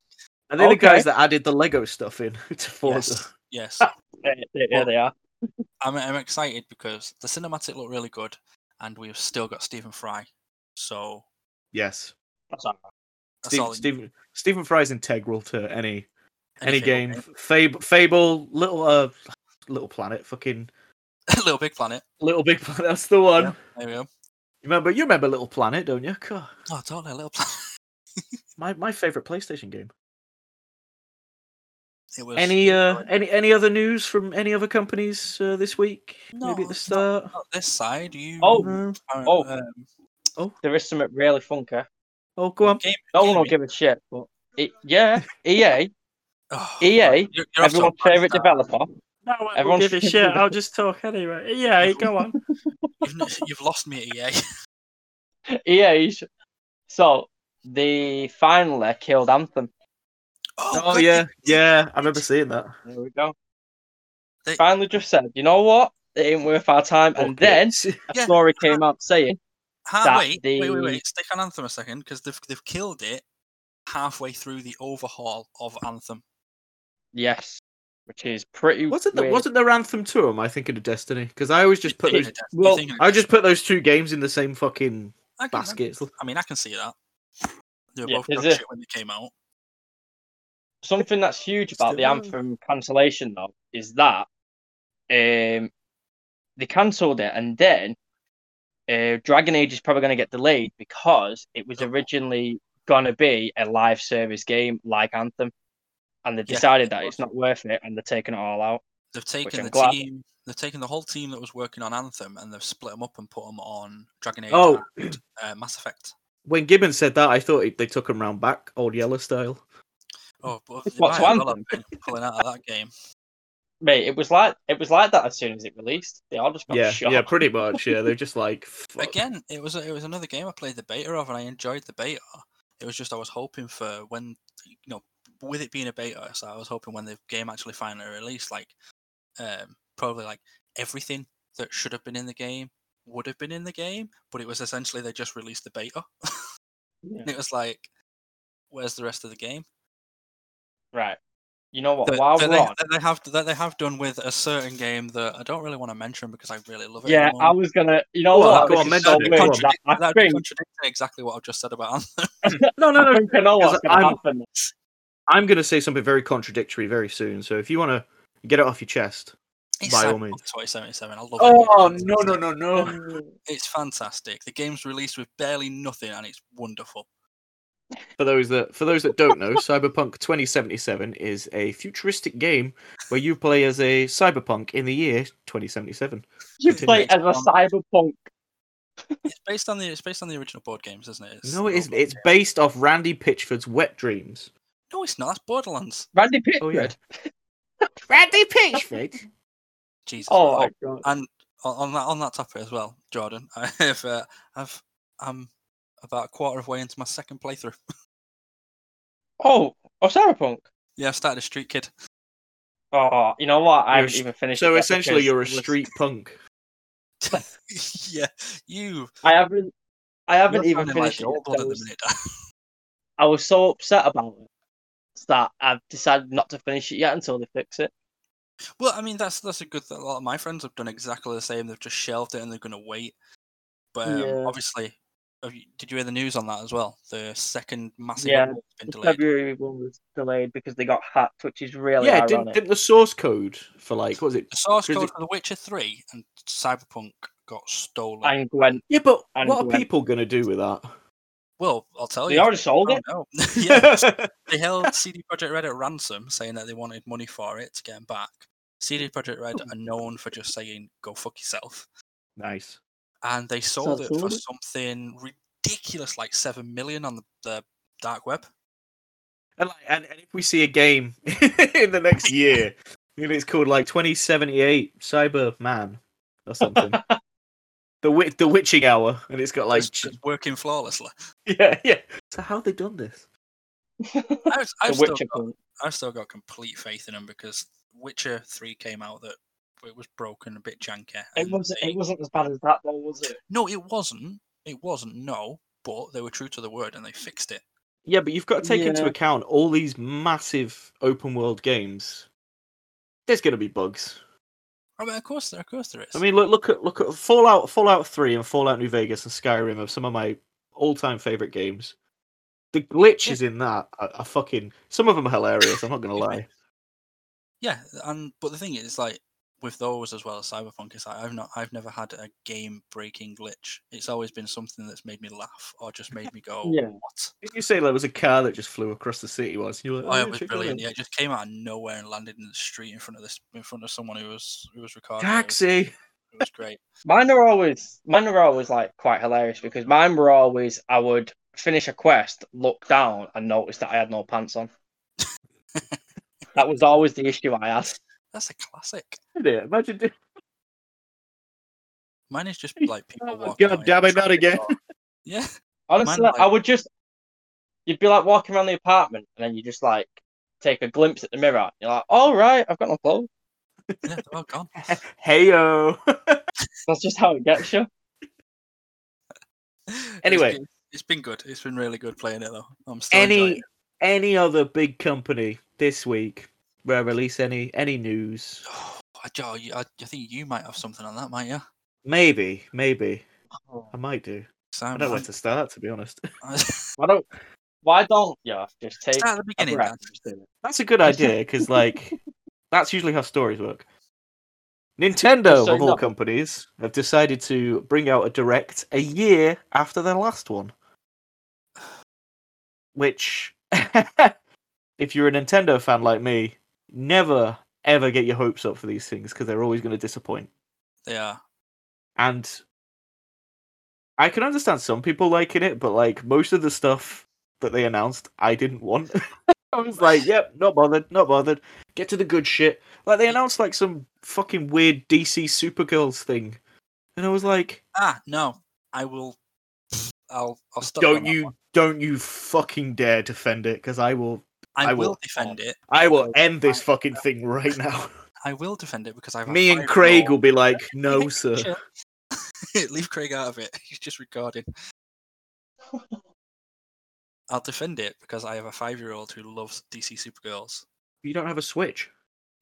And they're the Okay. guys that added the Lego stuff in to Forza. Yes, yes. Ah. There, there- there they are. I'm, I'm excited because the cinematic looked really good, and we've still got Stephen Fry. So Yes, That's all right. that's Steve, all. Stephen Stephen Fry's integral to any any, anything, game. okay? Fable, Fable, little uh, little planet, fucking Little Big Planet. little big planet. That's the one. Yeah. There we go. You remember? You remember Little Planet, don't you? God, Oh, don't know, Little Planet. my my favorite PlayStation game. It was Any uh, any any other news from any other companies uh, this week? Maybe No, at the not- start. not this side. You. Oh, No. uh, oh. um, There is something really funky. Oh, go on. game- No one will gaming. give a shit. But E it, yeah, EA, Oh, EA, you're- you're off to a E everyone's bad favorite start. developer. No one will Everyone's give a shit. I'll just talk anyway. Yeah, go on. You've, n- you've lost me at E EA. EA's. E So they finally killed Anthem. Oh, Oh God, yeah, yeah. I remember seeing that. There we go. They- Finally, just said, you know what? It ain't worth our time. And then Buckets. a Yeah. story came out saying, Ha- that wait, wait, wait, the- wait. Stick on Anthem a second because they've they've killed it halfway through the overhaul of Anthem. yes, which is pretty. wasn't there, weird. wasn't there Anthem two? Am I thinking of Destiny? Because I always just put You're those. thinking of Destiny, well, you're thinking of I just put those two games in the same fucking I can, I, basket. I mean, I can see that. They were Yeah, both there's dog a- shit when they came out. something that's huge about the Still- anthem cancellation though is that um they cancelled it and then uh, Dragon Age is probably going to get delayed because it was Oh. originally going to be a live service game like Anthem, and they Yeah, decided it that was. it's not worth it and they're taking it all out. They've taken I'm the glad. team, they've taken the whole team that was working on Anthem, and they've split them up and put them on Dragon Age Oh. and uh, Mass Effect. When Gibbons said that, I thought it, they took him round back, old yellow style. Oh, but they What's might as Anthem? well have been pulling out of that game. Mate, it was like it was like that as soon as it released. They all just got yeah, shot. yeah, pretty much. Yeah, they're just like fuck. Again, it was a, it was another game I played the beta of, and I enjoyed the beta. It was just I was hoping for when you know, with it being a beta, so I was hoping when the game actually finally released, like um, probably like everything that should have been in the game would have been in the game, but it was essentially they just released the beta. Yeah. And it was like, where's the rest of the game? Right. You know what? That, While that we're they, on, that they have that they have done with a certain game that I don't really want to mention because I really love it. at the yeah, I moment. was gonna. You know Go on, what? go This on, mention it, is so That'd go be weird. on. contradict- I- I that'd be think contradicting exactly what I've just said about Anthem. No, no, I no. think I know what's because gonna I'm- happen. I'm going to say something very contradictory very soon. So if you want to get it off your chest, It's By all Cyberpunk means. 2077. I love it. oh It's no, no, fantastic. no, no. Oh. It's fantastic. The game's released with barely nothing, and it's wonderful. For those that for those that don't know, Cyberpunk 2077 is a futuristic game where you play as a cyberpunk in the year 2077. You Continue. play as a cyberpunk. It's based on the it's based on the original board games, isn't it? It's No, it the is. old- It's based off Randy Pitchford's wet dreams. No, it's not. That's Borderlands. Randy Pitchford. Oh, yeah. Randy Pitchford. Jesus. Oh, Christ. my God. and on on that on that topic as well, Jordan, I've uh, I've I'm about a quarter of way into my second playthrough. oh, oh, Cyberpunk. Yeah, I started a street kid. Oh, you know what? I You're a haven't s- even finished. it so yet essentially, because you're a listen, street punk. yeah, you. I haven't. I haven't you're even sounding like finished the it. old blood I at the was- minute. I was so upset about it that I've decided not to finish it yet until they fix it. Well, I mean that's that's a good. thing. A lot of my friends have done exactly the same. They've just shelved it and they're going to wait. But um, Yeah. obviously, have you, did you hear the news on that as well? The second massive Yeah, update's been The delayed. February one was delayed because they got hacked, which is really yeah, didn't, ironic. didn't the source code for like what was it? The source Is code it- for The Witcher Three and Cyberpunk got stolen. And Gwen, Yeah, but And what are Gwen. people gonna do with that? Well, I'll tell they you. already sold Oh, it. no. yeah, Yeah. they held CD Projekt Red at ransom, saying that they wanted money for it to get 'em back. CD Projekt Red Oh are known for just saying "go fuck yourself," nice. and they sold it for Sold it. something ridiculous, like seven million on the, the dark web. And, like, and, and if we see a game in the next year, and it's called like 2078 Cyberman or something. the Wi- the Witching Hour, and it's got like It's just working flawlessly. yeah yeah. So how have they done this? Oh. the I've, I've, still Witcher got, punk. I've still got complete faith in them because Witcher Three came out that it was broken, a bit janky. It and wasn't. they- It wasn't as bad as that, though, was it? No, it wasn't. It wasn't. No, but they were true to the word and they fixed it. Yeah, but you've got to take into Yeah. account all these massive open world games. There's gonna be bugs. I mean, Oh, of course, there, of course, there is. I mean, look, look at look at Fallout, Fallout Three, and Fallout New Vegas and Skyrim are some of my all-time favorite games. The glitches in that are, are fucking. Some of them are hilarious. I'm not gonna Excuse me. lie. Yeah, and but the thing is, like with those as well as Cyberpunk, is like I've not, I've never had a game-breaking glitch. It's always been something that's made me laugh or just made me go, Yeah. "What?" Did you say there was a car that just flew across the city once? You were like, "Oh, yeah, Oh, yeah, it was check that brilliant. out." Yeah, it just came out of nowhere and landed in the street in front of this, in front of someone who was who was recording. it. It was- Taxi. It was great. Mine are always mine are always like quite hilarious because mine were always I would finish a quest, look down, and notice that I had no pants on. that was always the issue I had. That's a classic. Did it? Imagine. doing- Mine is just like people Oh, walking. God out in damn it, not traffic again. or- Yeah, Honestly, Mine, like- I would just you'd be like walking around the apartment and then you just like take a glimpse at the mirror. and You're like, all right, I've got no clothes. yeah, they're all gone. Heyo. That's just how it gets you. It's Anyway. been- it's been good. It's been really good playing it though. I'm still enjoying any it. any other big company this week? Where release any any news? Oh, I, oh, you- I, I think you might have something on that, might you? Maybe, maybe I might do. I don't know where to start, to be honest. Why don't why don't you just take Start at the a beginning. breath? Dan. and just do it? That's a good idea because, like, that's usually how stories work. Nintendo, So of all not- companies, have decided to bring out a direct a year after their last one. Which, if you're a Nintendo fan like me, never ever get your hopes up for these things because they're always going to disappoint. They are. And I can understand some people liking it, but like most of the stuff that they announced, I didn't want. I was like, yep, not bothered, not bothered. Get to the good shit. Like they announced like some fucking weird DC Supergirls thing. And I was like, Ah, no. I will. I'll. I'll stop. you on don't that you one. don't you fucking dare defend it cuz I will I, I will, will. defend it. I will end this fucking thing right now. I will defend it because I've. had Me and five Craig will roles. be like, no sir. Chill. Leave Craig out of it. He's just recording. I'll defend it because I have a five-year-old who loves DC Supergirls. You don't have a switch.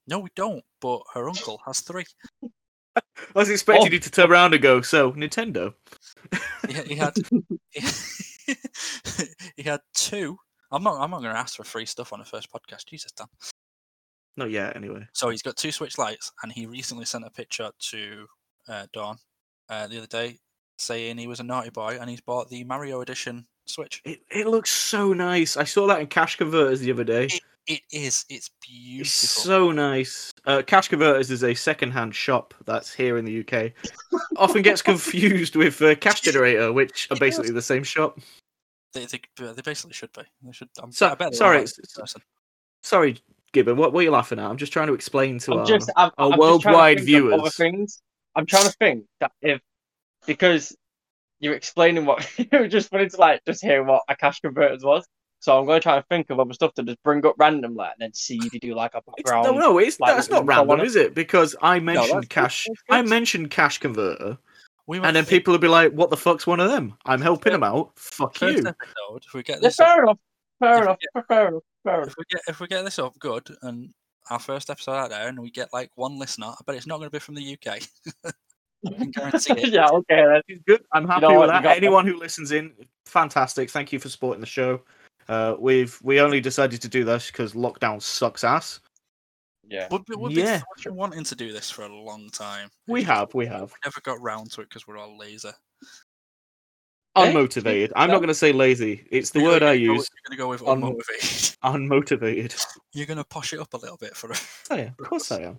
No, we don't. But her uncle has three. I was expecting Oh. you to turn around and go, so Nintendo. He, he had. he, he had two. I'm not. I'm not going to ask for free stuff on the first podcast. Jesus, Dan. Not yet anyway. So he's got two Switch lights, and he recently sent a picture to uh, Dawn uh, the other day saying he was a naughty boy and he's bought the Mario Edition Switch. It it looks so nice. I saw that in Cash Converters the other day. It is. It's It's beautiful. so nice. Uh, Cash Converters is a second-hand shop that's here in the UK. Often gets confused with uh, Cash Generator, which are It does. basically the same shop. They, they, they basically should be. They should. I'm, So- I bet they sorry, were like it's- this person. Sorry, Gibbon. What were you laughing at? I'm just trying to explain to I'm our just, I'm, our I'm just trying to worldwide think of Other viewers. things. I'm trying to think that if because you're explaining what you just wanted to like just hear what a cash converters was. So I'm going to try and think of other stuff to just bring up randomly and then see if you do like a It's, no, background. no, it's, like, that's not info on random, it. is it? Because I mentioned that's- cash. that's good. I mentioned cash converter, We went and then through people will be like, "What the fuck's one of them?" I'm helping them out. Fuck the first you. episode. If we get Yeah, this up, fair enough. Fair If enough. Fair enough. Fair enough. if we get if we get this up good and our first episode out there, and we get like one listener, I bet it's not going to be from the UK. I can guarantee it. yeah. Okay. Then. It's good. I'm happy know what, with that. you got Anyone who listens in, fantastic. Thank you for supporting the show. Uh, we've we only decided to do this because lockdown sucks ass. Yeah. We've been, we've Yeah. been fucking wanting to do this for a long time. We have, we have. We never got round to it because we're all lazy. Eh? Unmotivated. I'm not No. going to say lazy. It's the You're word gonna I go- use. You're going to go with on- unmotivated. Unmotivated. You're going to posh it up a little bit for us. I am. Of course I am.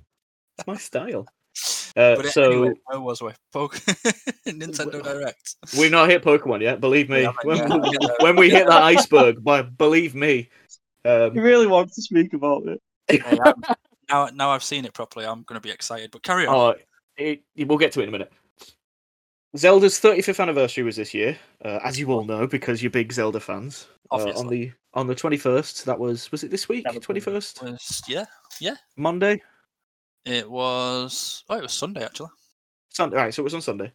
It's my style. But Uh, it- so anyway, where was we? Poke- Nintendo Direct. we've not hit Pokemon yet. Believe me. Yeah, when, yeah, we- yeah. when we hit that iceberg, but believe me. Um, really wants to speak about it. Hey, I'm- now, now I've seen it properly. I'm going to be excited. But carry on. Oh, it, we'll get to it in a minute. Zelda's 35th anniversary was this year, uh, as you all know, because you're big Zelda fans. Uh, on Obviously. the on the 21st, that was was it this week? That was 21st Was- yeah, Monday, it was. Oh, it was Sunday actually. Sunday. Right, so it was on Sunday.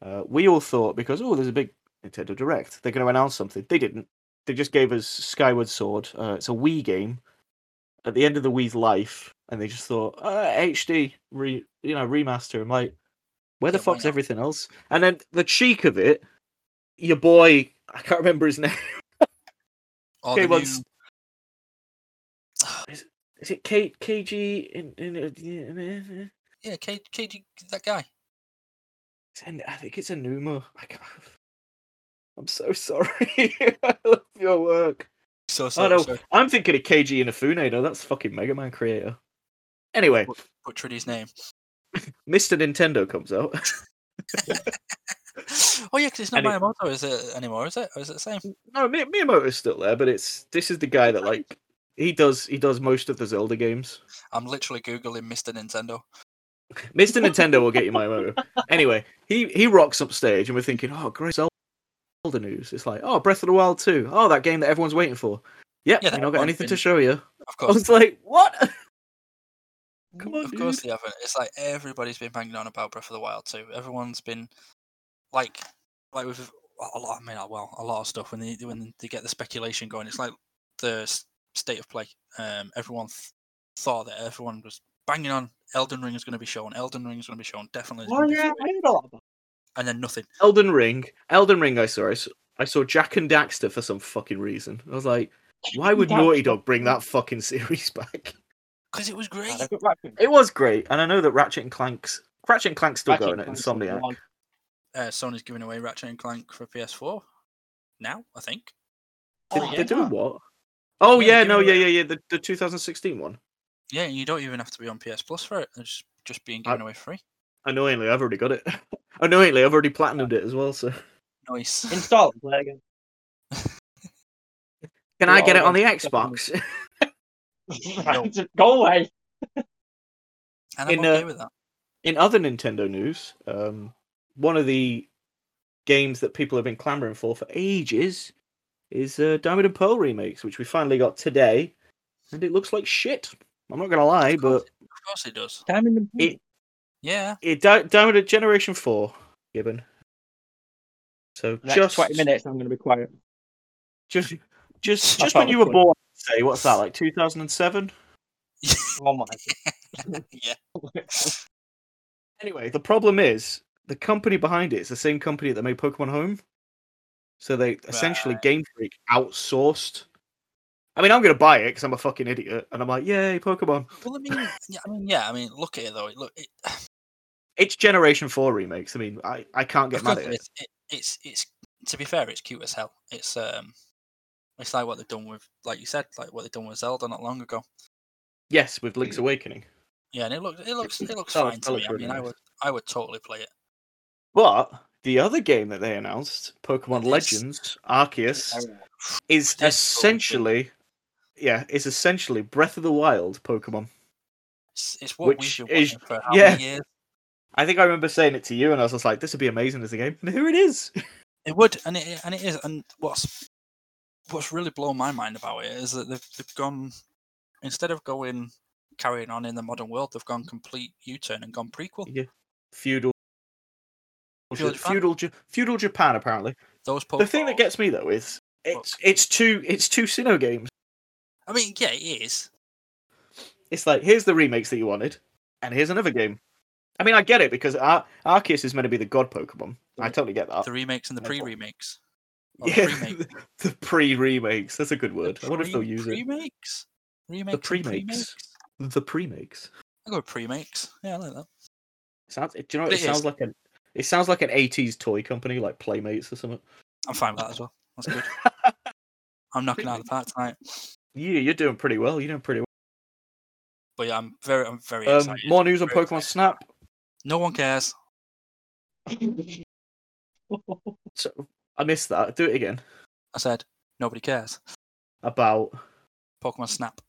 Uh, we all thought because oh, there's a big Nintendo Direct, they're going to announce something. They didn't. They just gave us Skyward Sword. Uh, it's a Wii game at the end of the Wii's life, and they just thought uh, HD re you know remaster. I'm like, where the Yeah, why fuck's not? everything else? And then the cheek of it, your boy, I can't remember his name. All Okay, the what's- new- Is it Kate KG? In, in, uh, in, in- Yeah, K, KD, that guy. It's an- I think it's Enuma. I can't. I'm so sorry. I love your work. So I sorry, know. sorry, I'm thinking of KG Inafune, though. That's fucking Mega Man creator. Anyway, butchered his name. Mr. Nintendo comes out. Oh yeah, because it's not Anyway. Miyamoto, is it anymore? Is it? Or is it the same? No, Mi- Miyamoto's still there, but it's this is the guy that like he does he does most of the Zelda games. I'm literally googling Mr. Nintendo. Mr. Nintendo will get you Miyamoto. Anyway, he he rocks up stage and we're thinking, oh great Zelda news. It's like, oh Breath of the Wild 2. Oh that game that everyone's waiting for. Yep, Yeah, yeah, that you not got one anything to thing. show you. Of I course, was like, what? Come on, of course dude. they haven't. It's like everybody's been banging on about Breath of the Wild too. Everyone's been like, like with a lot. I mean, well, a lot of stuff when they when they get the speculation going. It's like the s- state of play. Um, everyone th- thought that everyone was banging on. Elden Ring is going to be shown. Elden Ring is going to be shown. Definitely. it's Oh gonna be yeah, shown," I heard a lot about. And then nothing. Elden Ring. Elden Ring I saw. I saw, I saw Jack and Daxter for some fucking reason. I was like, why would Jack- Naughty Dog bring that fucking series back? Because it was great. that. I've got Ratchet and It was great, and I know that Ratchet and Clank's Ratchet and Clank's still Ratchet going at Clank's Insomniac. one. Uh, Sony's giving away Ratchet and Clank for PS4 now. I think. Did, Oh, they're yeah. doing what? Oh Yeah, yeah, give no, away- yeah, yeah, yeah. The, the 2016 one. Yeah, and you don't even have to be on PS Plus for it. It's just being I- given away free. Annoyingly, I've already got it. Annoyingly, I've already platinumed it as well. So Nice. Install and play again. can Yeah, I get it I'll on the definitely- Xbox? No. Go away. And I'm In, okay uh, with that. In other Nintendo news, um, one of the games that people have been clamoring for for ages is uh, Diamond and Pearl remakes, which we finally got today, and it looks like shit. I'm not gonna lie, Of course but it- of course it does. Diamond and It- Yeah. it Di- Diamond and Generation Four, Gibbon. So Next just 20 minutes, I'm going to be quiet. just just I just when found you a were point. born say what's that like 2007 Oh my. yeah. anyway the problem is the company behind it is the same company that made pokemon home so they essentially game freak outsourced i mean i'm gonna buy it because i'm a fucking idiot and i'm like yay pokemon Well, I mean, yeah, I mean, yeah, I mean, look at it though. It, look, it, it's generation 4 remakes i mean i, I can't get of mad course at it it's, it, it's it's to be fair, it's cute as hell. It's um, it's like what they've done with, like you said, like what they've done with Zelda not long ago. yes with link's awakening Yeah, and it looks it looks it looks That fine looks- that looks to me. I really mean, I nice. would I would totally play it. but The other game that they announced, Pokemon Yes. Legends Arceus, Terrible. is That's so good. essentially, yeah, is essentially Breath of the Wild Pokemon. It's, it's what Which we've been is- wanting for how yeah. many years? I think I remember saying it to you, and I was just like, "This would be amazing as a game." And here it is. It would, and it and it is, and what's what's really blown my mind about it is that they've they've gone instead of going carrying on in the modern world, they've gone complete U-turn and gone prequel. Feudal, Feudal Japan? feudal, Ja- feudal Japan. Apparently, Those Pokemon. the thing that gets me though is it's it's two it's two Sinnoh games. I mean, yeah, it is. It's like here's the remakes that you wanted, and here's another game. I mean, I get it because Ar- Arceus is meant to be the god Pokemon. I totally get that. The remakes and the that's what- pre-remakes. Or Yeah, oh, remake- the, pre remakes. That's a good the word. I wonder if they'll pre- use it. Remakes. Remakes. and pre-makes. pre-makes? The pre makes. I go with pre-makes. Yeah, I like that. Sounds. Do you know? what, But It it is. sounds like an. It sounds like an '80s toy company, like Playmates or something. I'm fine with that as well. That's good. I'm knocking out of the park tonight. Yeah, you're doing pretty well. You're doing pretty But yeah, I'm very, I'm very well. Um, excited. more news on Very Pokemon excited. Snap. No one cares. So, I missed that. Do it again. I said nobody cares. About Pokemon Snap.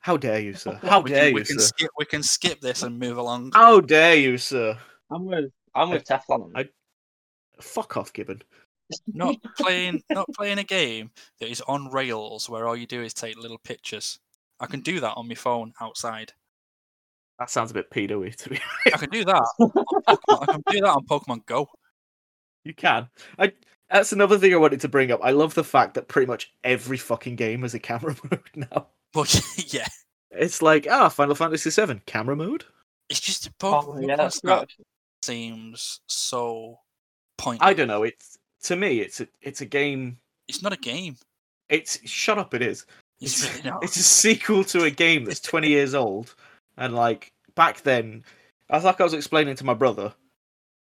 how dare you, sir? How We dare can, we you, can sir? skip. We can skip this and move along. How dare you, sir? I'm with I'm with Teflon on that. Fuck off, Gibbon. Not playing. Not playing a game that is on rails where all you do is take little pictures. I can do that on my phone outside. That sounds a bit pedo-y to me. I can do that. on Pokemon, I can do that on Pokemon Go. You can. I. That's another thing I wanted to bring up. I love the fact that pretty much every fucking game has a camera mode now. But yeah, It's like ah, Final Fantasy VII camera mode. it's just Oh, Pokemon yeah, Go that's Snap correct. seems so pointless. I don't know. It's to me, it's a, it's a game. It's not a game. It's shut up. It is. It's It's- really not. It's a sequel to a game that's twenty years old, and like back then, I was like I was explaining to my brother,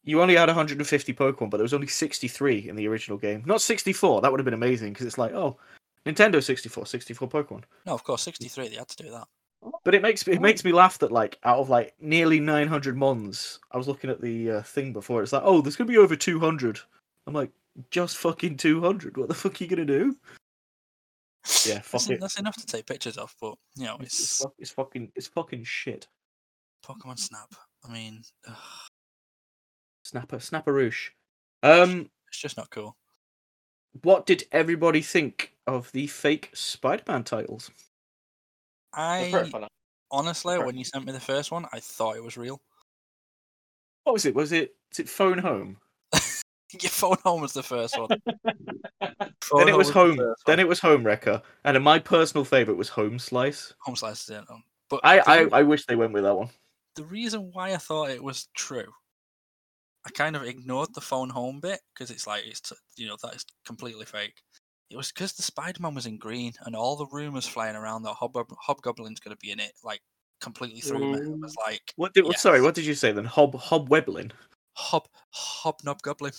you only had one hundred and fifty Pokemon, but there was only sixty three in the original game, not sixty four. That would have been amazing because it's like oh, Nintendo 64, 64 Pokemon. No, of course, 63. They had to do that. But it makes it makes me laugh that like out of like nearly 900 mons, I was looking at the uh, thing before. It's like, oh, there's gonna be over 200. I'm like, just fucking 200. What the fuck are you gonna do? Yeah, fuck That's, en- it. that's enough to take pictures of, but you know, It's, it's, it's fuck- it's fucking it's fucking shit. Pokemon Snap. I mean, ugh, Snapper snapperoosh. Um, it's just not cool. what did everybody think of the fake Spider-Man titles? I'm I pretty fun. honestly, Sorry. when you sent me the first one, I thought it was real. What was it? Was it was it Phone Home? Your phone home was the first one. then it was Home. Then it was Home Wrecker, and then my personal favorite was Home Slice. home slice. didn't know. But I, the, I re- I wish they went with that one. the reason why I thought it was true, I kind of ignored the phone home bit because it's like it's t- you know that is completely fake. It was because the Spider Man was in green and all the rumors flying around that Hobgob- Hobgoblin's going to be in it, like completely threw me. It was like What did? Sorry, Yes. what did you say then? Hob Hob Weblin. Hob Hobnob Goblin.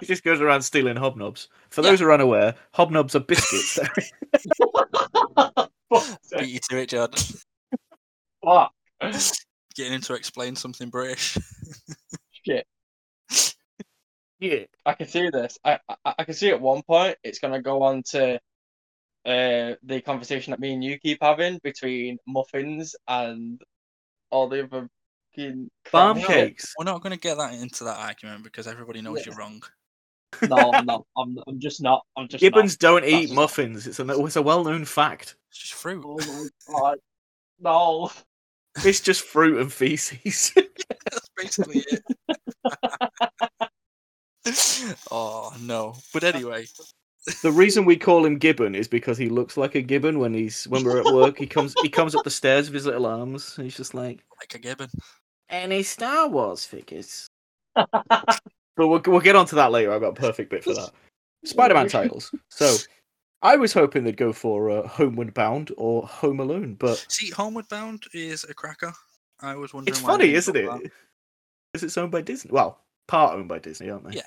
He just goes around stealing hobnobs. For Yeah. those who are unaware, hobnobs are biscuits. They're- Fuck's Beat sake. you to it, Jordan. Fuck. Getting him to explain something British. yeah. I can see this. I, I I can see at one point it's gonna go on to uh the conversation that me and you keep having between muffins and all the other fucking crap Farm Yeah. shit. cakes. We're not going to get that into that argument because everybody knows you're wrong. No, I'm not. I'm, I'm just not. I'm just not. Gibbons don't eat That's- muffins. It's a it's a well known fact. It's just fruit. Oh my god. No. It's just fruit and feces. That's basically it. oh no! But anyway, the reason we call him Gibbon is because he looks like a gibbon when he's when we're at work. He comes he comes up the stairs with his little arms. And he's just like like a gibbon. any Star Wars figures. but we'll we'll get onto that later. I've got a perfect bit for that. Spider-Man titles. So I was hoping they'd go for uh, Homeward Bound or Home Alone, but See, Homeward Bound is a cracker. I was wondering. it's why funny, they didn't isn't put it? that. Because it's owned by Disney. Well, part owned by Disney, aren't they? Yeah.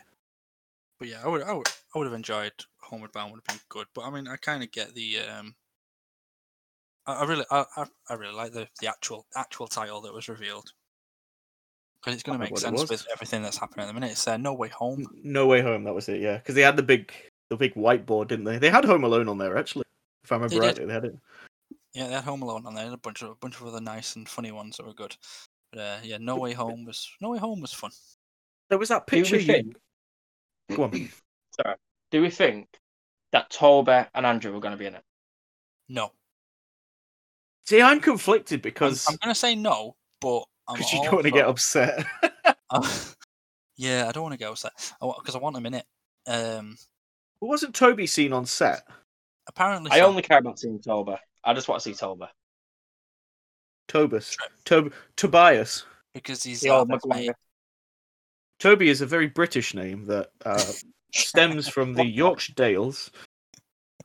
But yeah, I would, I would, I would have enjoyed Homeward Bound. Would have been good. But I mean, I kind of get the. um I, I really, I, I, I really like the the actual actual title that was revealed. because it's going to Can't make remember what it sense was. Hmm. with everything that's happening at the minute. It's uh, No Way Home. Um, No Way Home, that was it, yeah. Because they had the big the big whiteboard, didn't they? They had Home Alone on there, actually. If I remember They did. rightly, they had it. Yeah, they had Home Alone on there, and a bunch of a bunch of other nice and funny ones that were good. But uh, yeah, No Way Home was No Way Home was fun. There was that Do we picture you... think- Go on. Do we think that Toby and Andrew were going to be in it? No, See, I'm conflicted I'm, because I'm gonna say no, but I'm because you don't want to get also- upset. Uh, yeah, I don't want to go upset because I, want them in it. Um, Wasn't Toby seen on set? apparently, I so. only care about seeing Toby. I just want to see Toby. Tobus. Tob- Tobias. because he's The our old best mate. Maguire. Toby is a very British name that uh, stems from the Yorkshire Dales.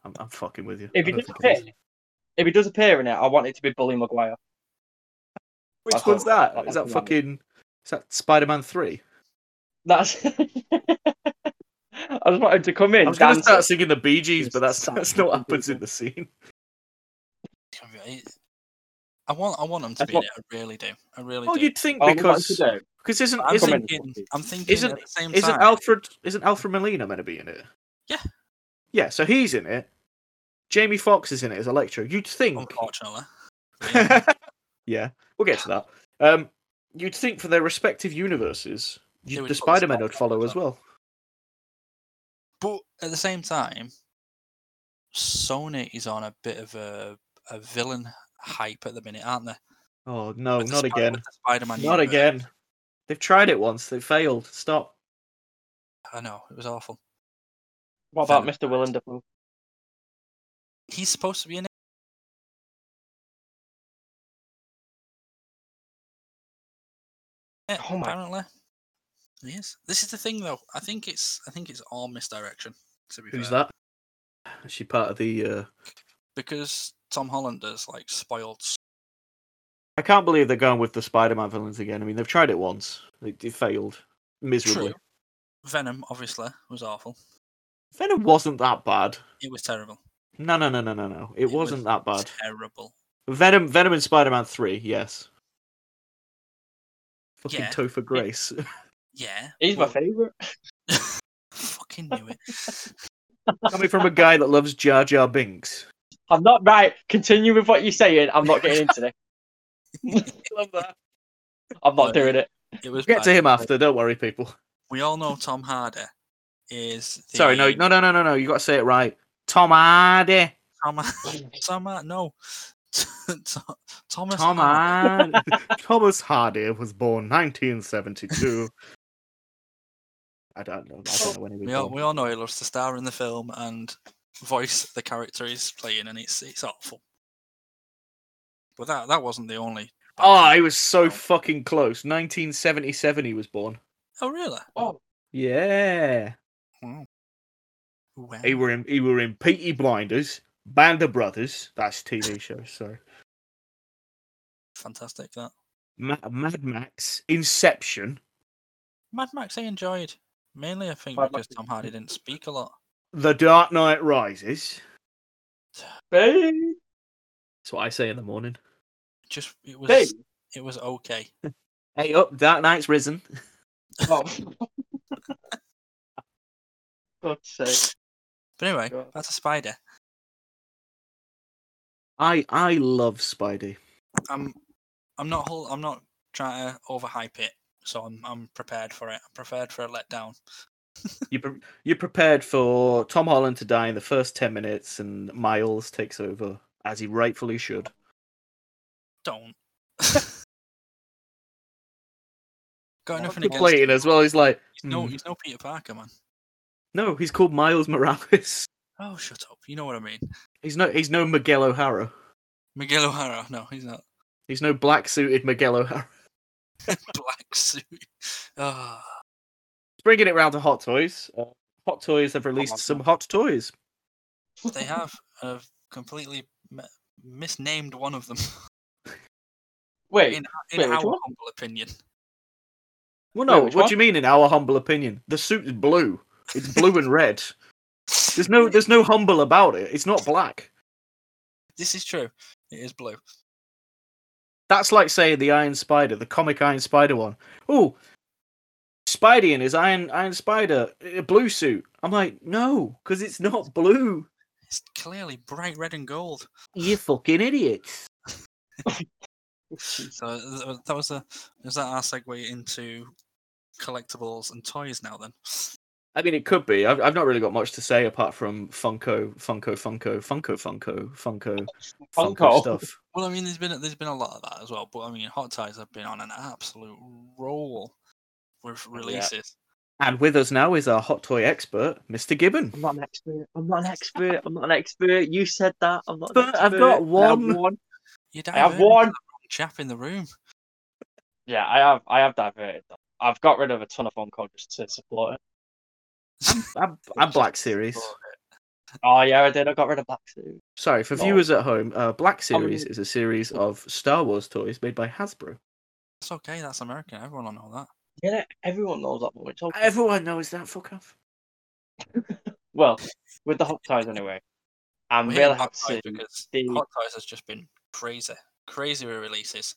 I'm, I'm fucking with you. If I he don't does think it appear, is. if he does appear in it, I want it to be Bully Maguire. Which I one's hope- that? I Is hope that not. fucking? Is that Spider-Man Three? That's. I just want him to come in. I was going to dance start it. singing the Bee Gees, Just but that's start that's not what singing Bee happens in the scene. I want I want them to That's be in what- it. I really do. I really Well, do. you'd think All I want him because to do- because isn't I'm isn't, Come in. thinking. I'm thinking Isn't- at the same isn't time. Alfred isn't Alfred Molina meant to be in it? Yeah. Yeah. So he's in it. Jamie Foxx is in it as Electro. You'd Oh, think. unfortunately, yeah, we'll get to that. Um, you'd think for their respective universes, They you'd, would the put Spider Man Spider-Man would follow on as well. but at the same time, Sony is on a bit of a a villain hype at the minute, aren't they? Oh no, With the not Spi- again! with the Spider-Man. Not universe. again! They've tried it once. They failed. Stop. I know it was awful. What about Venom. Mr. Willem Dafoe? He's supposed to be in it. Yeah, Oh my- Eh, Apparently, he is. This is the thing, though. I think it's I think it's all misdirection. To be Who's fair. that? Is she part of the? Uh... because Tom Hollander's like spoiled. s- I can't believe they're going with the Spider Man villains again. I mean, they've tried it once. They, they failed miserably. True. Venom obviously was awful. Venom wasn't that bad. It was terrible. No, no, no, no, no, no. It, It was wasn't that bad. Terrible. Venom, Venom, and Spider Man Three. Yes. Fucking Yeah. Topher Grace. Yeah. He's my well, favourite. Fucking knew it. Coming from a guy that loves Jar Jar Binks. I'm not right. Continue with what you're saying. I'm not getting into this. Love that. I'm Right. not doing it. It was. Get to bad. him after. Don't worry, people. We all know Tom Hardy is. The... Sorry, no, no, no, no, no, no. You got to say it right. Tom Hardy. Tom. Tom. Har- No. Tom- Thomas. Tom Hardy. Hardy. Thomas Hardy was born 1972. I don't know. I don't know when he was We all, born. we all know he loves to star in the film and voice the character he's playing, and it's it's awful. But that that wasn't the only. bad Oh, thing. he was so fucking close. 1977, he was born. oh really? Oh, Yeah. Wow. He were in. He were in Peaky Blinders, Band of Brothers. That's TV show. Sorry. Fantastic that. Ma- Mad Max, Inception, Mad Max I enjoyed. Mainly I think Mad because Max- Tom Hardy didn't speak a lot. The Dark Knight Rises. babe, That's what I say in the morning. Just it was babe. it was okay. Hey up, Dark Knight's risen. Oh. God's sake. But anyway, God. that's a spider. I I love Spidey. I'm I'm not whole, I'm not trying to overhype it, so I'm I'm prepared for it. I'm prepared for a letdown. You pre- you're prepared for Tom Holland to die in the first ten minutes, and Miles takes over as he rightfully should. Don't. Got nothing against Complaining as well. He's like, He's no "Hmm, he's no Peter Parker man. no, he's called Miles Morales. Oh shut up. You know what I mean. He's no he's no Miguel O'Hara. Miguel O'Hara, no, he's not. He's no black suited Miguel O'Hara. Black suit. Ah. Bringing it round to Hot Toys. Uh, hot Toys have on, released some hot toys. they have. and I've completely m- misnamed one of them. Wait, in Wait, our which one? humble opinion. Well, Wait, no, which what do you mean? In our humble opinion, the suit is blue. It's blue and red. There's no there's no humble about it. It's not black. This is true. It is blue. That's like saying the Iron Spider, the comic Iron Spider one. Ooh, Spidey in his Iron Iron Spider uh, blue suit. I'm like, no, because it's not blue. It's clearly bright red and gold. You fucking idiots. So th- th- that was a is that our segue into collectibles and toys now then? I mean, it could be. I've, I've not really got much to say apart from Funko, Funko, Funko, Funko, Funko, Funko, Funko Funko. stuff. Well, I mean, there's been there's been a lot of that as well. But I mean, Hot Ties have been on an absolute roll Oh, with releases. And with us now is our hot toy expert, Mr. Gibbon. I'm not an expert. I'm not an expert. I'm not an expert. You said that. I'm not. An But I've expert. got I have one. one. You I have diverted the one. wrong chap in the room. Yeah, I have. I have diverted. Them. I've got rid of a ton of Funko just to support it. I'm, I'm Black Series. Oh yeah, I did. I got rid of Black Suit. Sorry, for No. viewers at home, uh, Black I mean- Series is a series of Star Wars toys made by Hasbro. It's okay. That's American. Everyone will know that. Yeah, everyone knows that one. It's okay. Everyone knows that. Fuck off. well, with the hot ties anyway. I'm We really hate Hot happy to Toys see because the- Hot Toys has just been crazy, crazy with releases.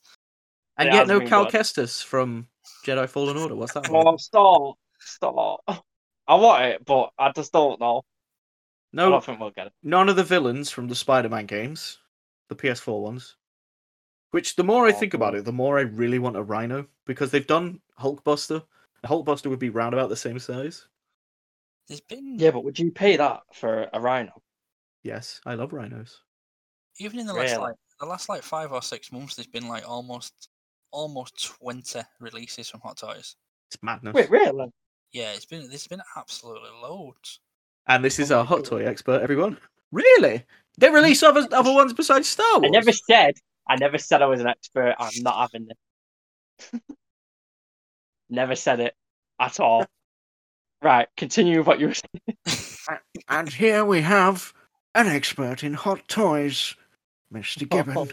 And Yeah, yet, no Hasbro Cal got Kestis from Jedi Fallen Order. What's that? one? Oh, stop, stop. I want it, but I just don't know. I No, don't think we'll get it. none of the villains from the Spider-Man games, the PS4 ones. Which the more I think about it, the more I really want a Rhino because they've done Hulkbuster. The Hulkbuster would be round about the same size. There's been Yeah, but would you pay that for a rhino? Yes, I love rhinos. even in the last Really? like the last like five or six months, there's been like almost almost twenty releases from Hot Toys. It's madness. Wait, really? Yeah, it's been there's been absolutely loads. And this is Oh our my hot God. toy expert, everyone. Really? They release other other ones besides Star I Wars. never said. I never said I was an expert. I'm not having this. never said it at all. right, continue with what you were saying. And here we have an expert in hot toys, Mr. Oh, Gibbon.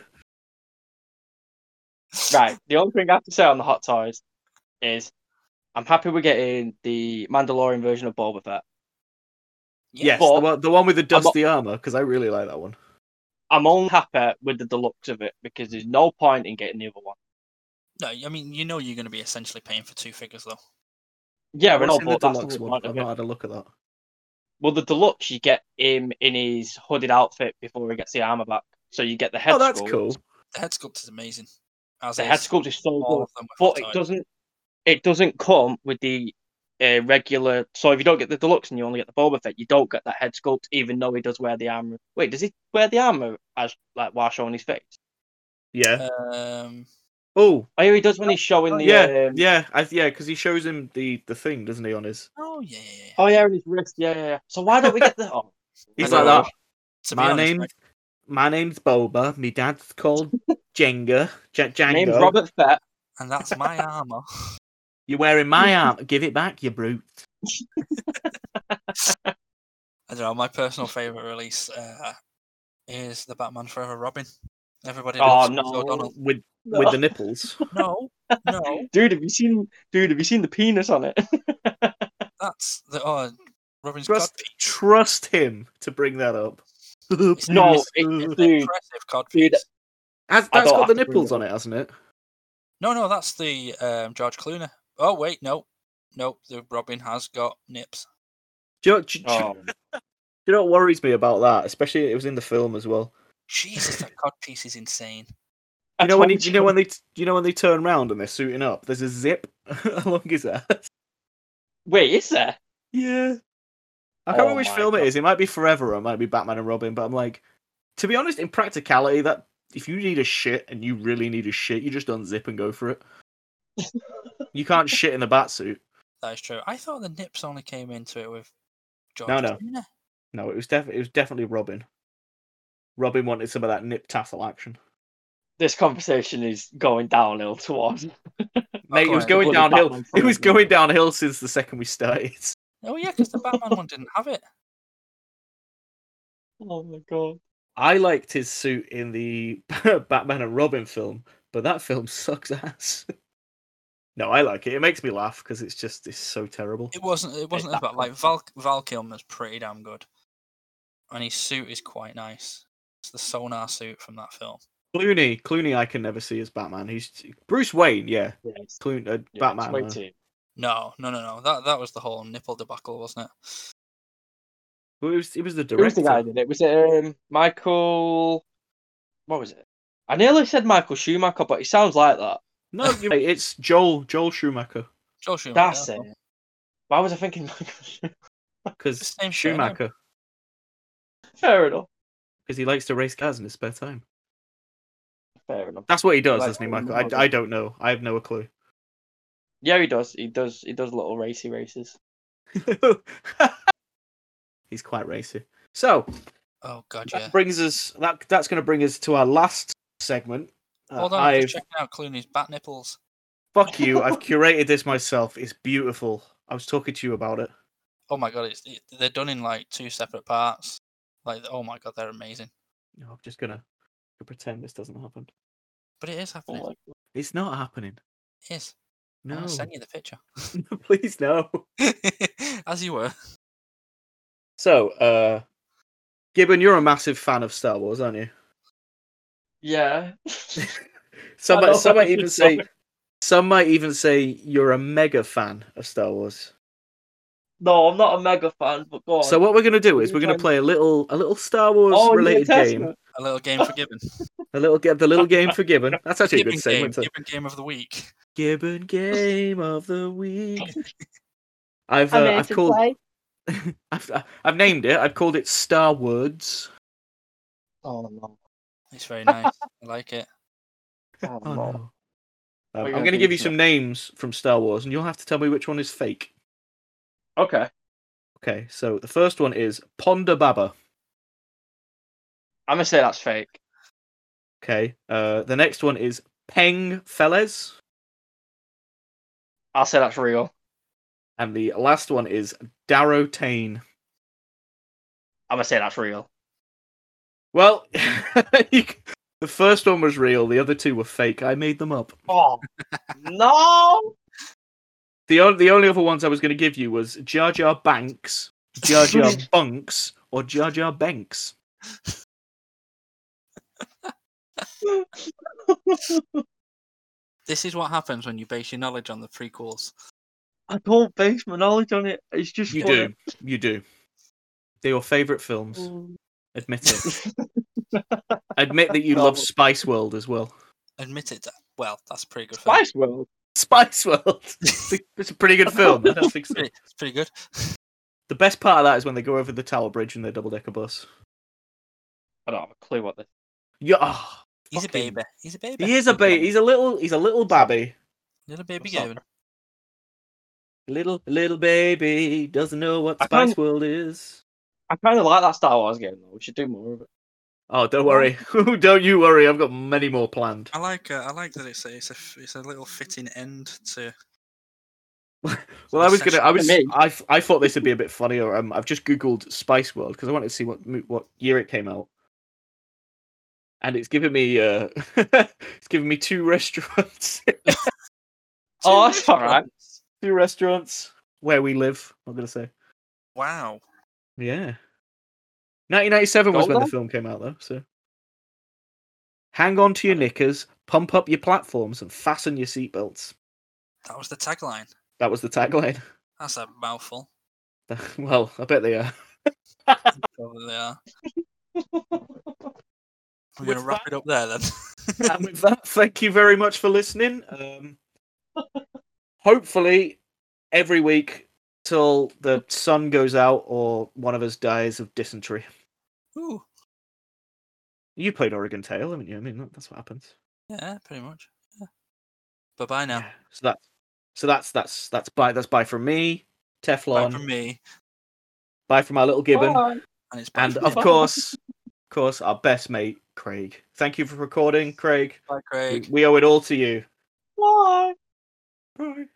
Right, the only thing I have to say on the hot toys is, I'm happy we're getting the Mandalorian version of Boba Fett. Yes, the But- one, the one with the not- dusty armor, because I really like that one. I'm only happy with the deluxe of it because there's no point in getting the other one. No, I mean you know you're going to be essentially paying for two figures though. Yeah, we're What's not. in the But that's deluxe the one? point I've of it. not had a look at that. Well, the deluxe, you get him in his hooded outfit before he gets the armor back. So you get the head. Oh, that's sculpt. cool. The head sculpt is amazing. As The is head sculpt is so Oh, all good, of them with but Hot it Toys. doesn't. It doesn't come with the uh, regular. So if you don't get the deluxe and you only get the Boba Fett, you don't get that head sculpt, even though he does wear the armor. Wait, does he wear the armor as like while showing his face? Yeah. Um, oh, Oh, yeah, he does when he's showing the. yeah, um, yeah, I, yeah. Because he shows him the the thing, doesn't he? On his oh yeah, yeah, yeah. Oh yeah, on his wrist. Yeah, yeah, yeah. So why don't we get the? Oh, he's I like know. that. To be My honest, name, mate, my name's Boba. My dad's called Jenga. J- Django. name's Robert Fett. and that's my armor. You're wearing my arm. Give it back, you brute. I don't know. My personal favorite release uh, is the Batman Forever Robin. Everybody. Oh, loves no. O'Donnell. With No. with the nipples. No, no, Dude, have you seen? Dude, have you seen the penis on it? that's the oh, Robin's Trust, codpiece. trust him to bring that up. No, It's an dude, impressive codpiece. dude. Has, I that's don't got the have to bring nipples it on it, hasn't it? No, no, that's the um, George Clooney. Oh wait, no, no, the Robin has got nips. Do you, know- do you- do you- Oh, do you know what worries me about that? Especially it was in the film as well. Jesus, that codpiece is insane. You know when he, you know when they you know when they turn round and they're suiting up. There's a zip along his ass. Wait, is there? Yeah. I can't Oh remember which my film it God. is. It might be Forever or it might be Batman and Robin. But I'm like, to be honest, in practicality, that if you need a shit and you really need a shit, you just unzip and go for it. you can't shit in a batsuit. That is true. I thought the nips only came into it with George. No, no. Clooney. No, it was definitely it was definitely Robin. Robin wanted some of that nip tassel action. This conversation is going downhill towards. Oh, Mate, it was right. going Bloody downhill. Batman It was Forever. going downhill since the second we started. Oh yeah, because the Batman one didn't have it. Oh my god. I liked his suit in the Batman and Robin film, but that film sucks ass. no, I like it. It makes me laugh because it's just it's so terrible. It wasn't. It wasn't as bad. Like Val Val Kilmer's pretty damn good, and his suit is quite nice. It's the sonar suit from that film. Clooney, Clooney, I can never see as Batman. He's Bruce Wayne, yeah. Yeah, it's- Clooney, uh, yeah, it's Batman. way uh, too- No, no, no, no. That that was the whole nipple debacle, wasn't it? well, it was it was the Who was director. the guy that did it? Was it um, Michael? What was it? I nearly said Michael Schumacher, but it sounds like that. No, you're right, it's Joel Joel Schumacher Joel Schumacher. That's yeah. it. Why was I thinking Michael Schumacher? because Same shit, innit? Schumacher Fair enough. because he likes to race cars in his spare time. Fair enough. That's what he does, Like, doesn't he, um, Michael? I, I don't know. I have no clue. Yeah, he does. He does. He does little racy races. He's quite racy. So Oh god, that yeah. brings us that that's going to bring us to our last segment. Uh, Hold on, I'm I've just checking out Clooney's bat nipples. fuck you. I've curated this myself. It's beautiful. I was talking to you about it. Oh my god, it's it, they're done in like two separate parts. Like, oh my god, they're amazing. No, I'm just gonna pretend this doesn't happen. But it is happening. Oh, It's not happening. It is. I'm No, gonna send you the picture. please no. As you were. So, uh, Gibbon, you're a massive fan of Star Wars, aren't you? yeah. Some, I know, might- some I might even just say, some might even say you're a mega fan of Star Wars. no, I'm not a mega fan, but go on. So what we're gonna do is we're gonna Anytime. play a little, a little Star Wars Oh, you related test game, me. A little game for Gibbon. a little get the little game for Gibbon. That's actually a Gibbon good game, segment. to- Gibbon game of the week. Gibbon game of the week. I've, I'm uh, here I've to called, play. I've, uh, I've named it. I've called it Star Words. Oh no. It's very nice. I like it. Oh, Oh, no. no. What Um, are you I'm gonna going to do give you for some names from Star Wars, and you'll have to tell me which one is fake. Okay. Okay, so the first one is Ponda Baba. I'm gonna say that's fake. Okay, uh, the next one is Peng Feles, I'll say that's real. and the last one is Darrow Tane. I'm gonna say that's real. Well, you c- the first one was real, the other two were fake. I made them up. Oh no! The, on- the only other ones I was going to give you was Jar Jar Banks, Jar Jar Bunks, or Jar Jar Banks. This is what happens when you base your knowledge on the prequels. I don't base my knowledge on it. It's just You funny. Mm. do. You do. They're your favourite films. Admit it. Admit that you No. love Spice World as well. Admit it. Well, that's a pretty good. film. Spice World. Spice World. It's a- it's a pretty good film. I don't think so. Pretty- It's pretty good. The best part of that is when they go over the Tower Bridge in their double decker bus. I don't have a clue what this. Yeah, ah, He's a Fucking- baby. He's a baby. he is a baby. He's a little. He's a little babby. Little baby What's up? Gavin. Little little baby doesn't know what I can't- Spice World is. I kind of like that Star Wars game though. We should do more of it. Oh, don't worry. don't you worry. I've got many more planned. I like. Uh, I like that it's a, it's a f- it's a little fitting end to. Well, I was gonna. I was. Me. I, f- I thought this would be a bit funnier. Um, I've just googled Spice World because I wanted to see what mo- what year it came out, and it's given me uh, it's given me two restaurants, Oh, that's all right. two restaurants where we live. I'm gonna say, Wow. yeah. 1997 was when the Golden? film came out, though. So, hang on to your knickers, pump up your platforms, and fasten your seatbelts. That was the tagline. That was the tagline. That's a mouthful. well, I bet they are. Over there. uh, We're gonna wrap it up there then. and with that, thank you very much for listening. Um, hopefully, every week till the sun goes out or one of us dies of dysentery. Ooh. You played Oregon Tail, haven't you? I mean, that- that's what happens. Yeah, pretty much. Yeah. Bye bye now. So that, so that's that's that's bye. That's bye from me, Teflon. Bye from me. bye from our little Gibbon, Bye. And it's bye and from of you. course, of course, our best mate Craig. Thank you for recording, Craig. Bye, We, Craig. we owe it all to you. Bye. Bye.